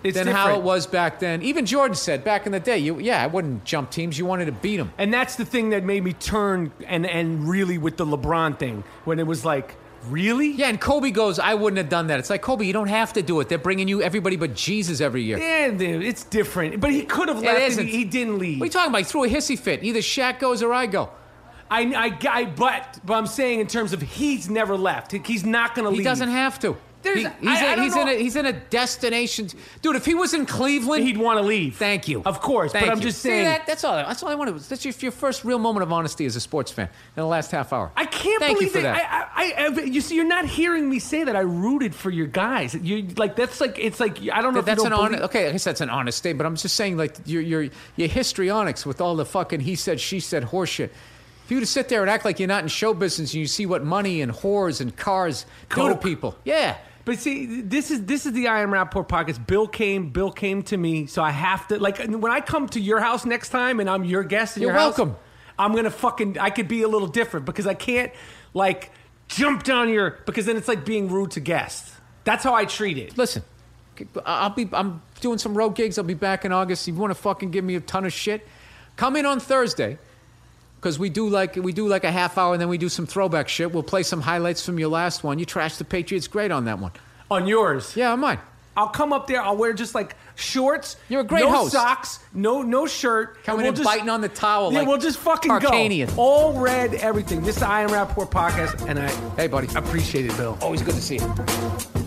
A: It's
B: than
A: different.
B: how it was back then. Even Jordan said back in the day, you yeah, I wouldn't jump teams. You wanted to beat them.
A: And that's the thing that made me turn and and really with the LeBron thing when it was like really
B: Yeah, and Kobe goes, I wouldn't have done that. It's like Kobe, you don't have to do it. They're bringing you everybody but Jesus every year.
A: Yeah, dude, uh, it's different. But he could have left.
B: isn't.
A: And he, he didn't leave.
B: What are you talking about? He threw a hissy fit. Either Shaq goes or I go.
A: I, I, I, but, but I'm saying in terms of he's never left. He- He's not going to
B: He
A: leave.
B: doesn't have to.
A: There's-
B: He-
A: I-
B: he's,
A: I
B: a,
A: don't
B: he's
A: know.
B: in a he's in a destination. Dude, if he was in Cleveland,
A: He'd want to leave.
B: Thank you.
A: Of course,
B: Thank
A: but I'm
B: you.
A: just
B: See
A: saying.
B: that? That's all. That's all I wanted. was- That's your, your first real moment of honesty as a sports fan in the last half hour.
A: I can't
B: Thank
A: believe
B: you for
A: that.
B: that.
A: I, I, I, you see, you're not hearing me say that. I rooted for your guys. You like that's like it's like I don't know.
B: Th- that's
A: if you
B: an
A: don't
B: honest.
A: believe-
B: Okay, I guess that's an honest statement. But I'm just saying, like your your your histrionics with all the fucking he said, she said horseshit. If you were to sit there and act like you're not in show business and you see what money and whores and cars go to
A: Coke.
B: people, yeah.
A: But see, this is this is the I am Rapport podcast. Bill came, Bill came to me, so I have to like when I come to your house next time and I'm your guest. In
B: You're
A: your house,
B: welcome.
A: I'm gonna fucking I could be a little different because I can't like jump down your because then it's like being rude to guests. That's how I treat it.
B: Listen, I- I'll be I'm doing some road gigs. I'll be back in August. If you want to fucking give me a ton of shit, come in on Thursday. Cause we do like we do like a half hour and then we do some throwback shit. We'll play some highlights from your last one. You trashed the Patriots great on that one.
A: On yours,
B: Yeah, on mine.
A: I'll come up there. I'll wear just like shorts.
B: You're a great
A: no
B: host.
A: Socks, no no shirt. and
B: Coming in biting on the towel
A: Yeah,
B: like
A: we'll just fucking
B: Tarkanian.
A: go. All red, everything. This is the I am Rapport podcast, and I
B: Hey buddy.
A: appreciate it, Bill.
B: Always good to see you.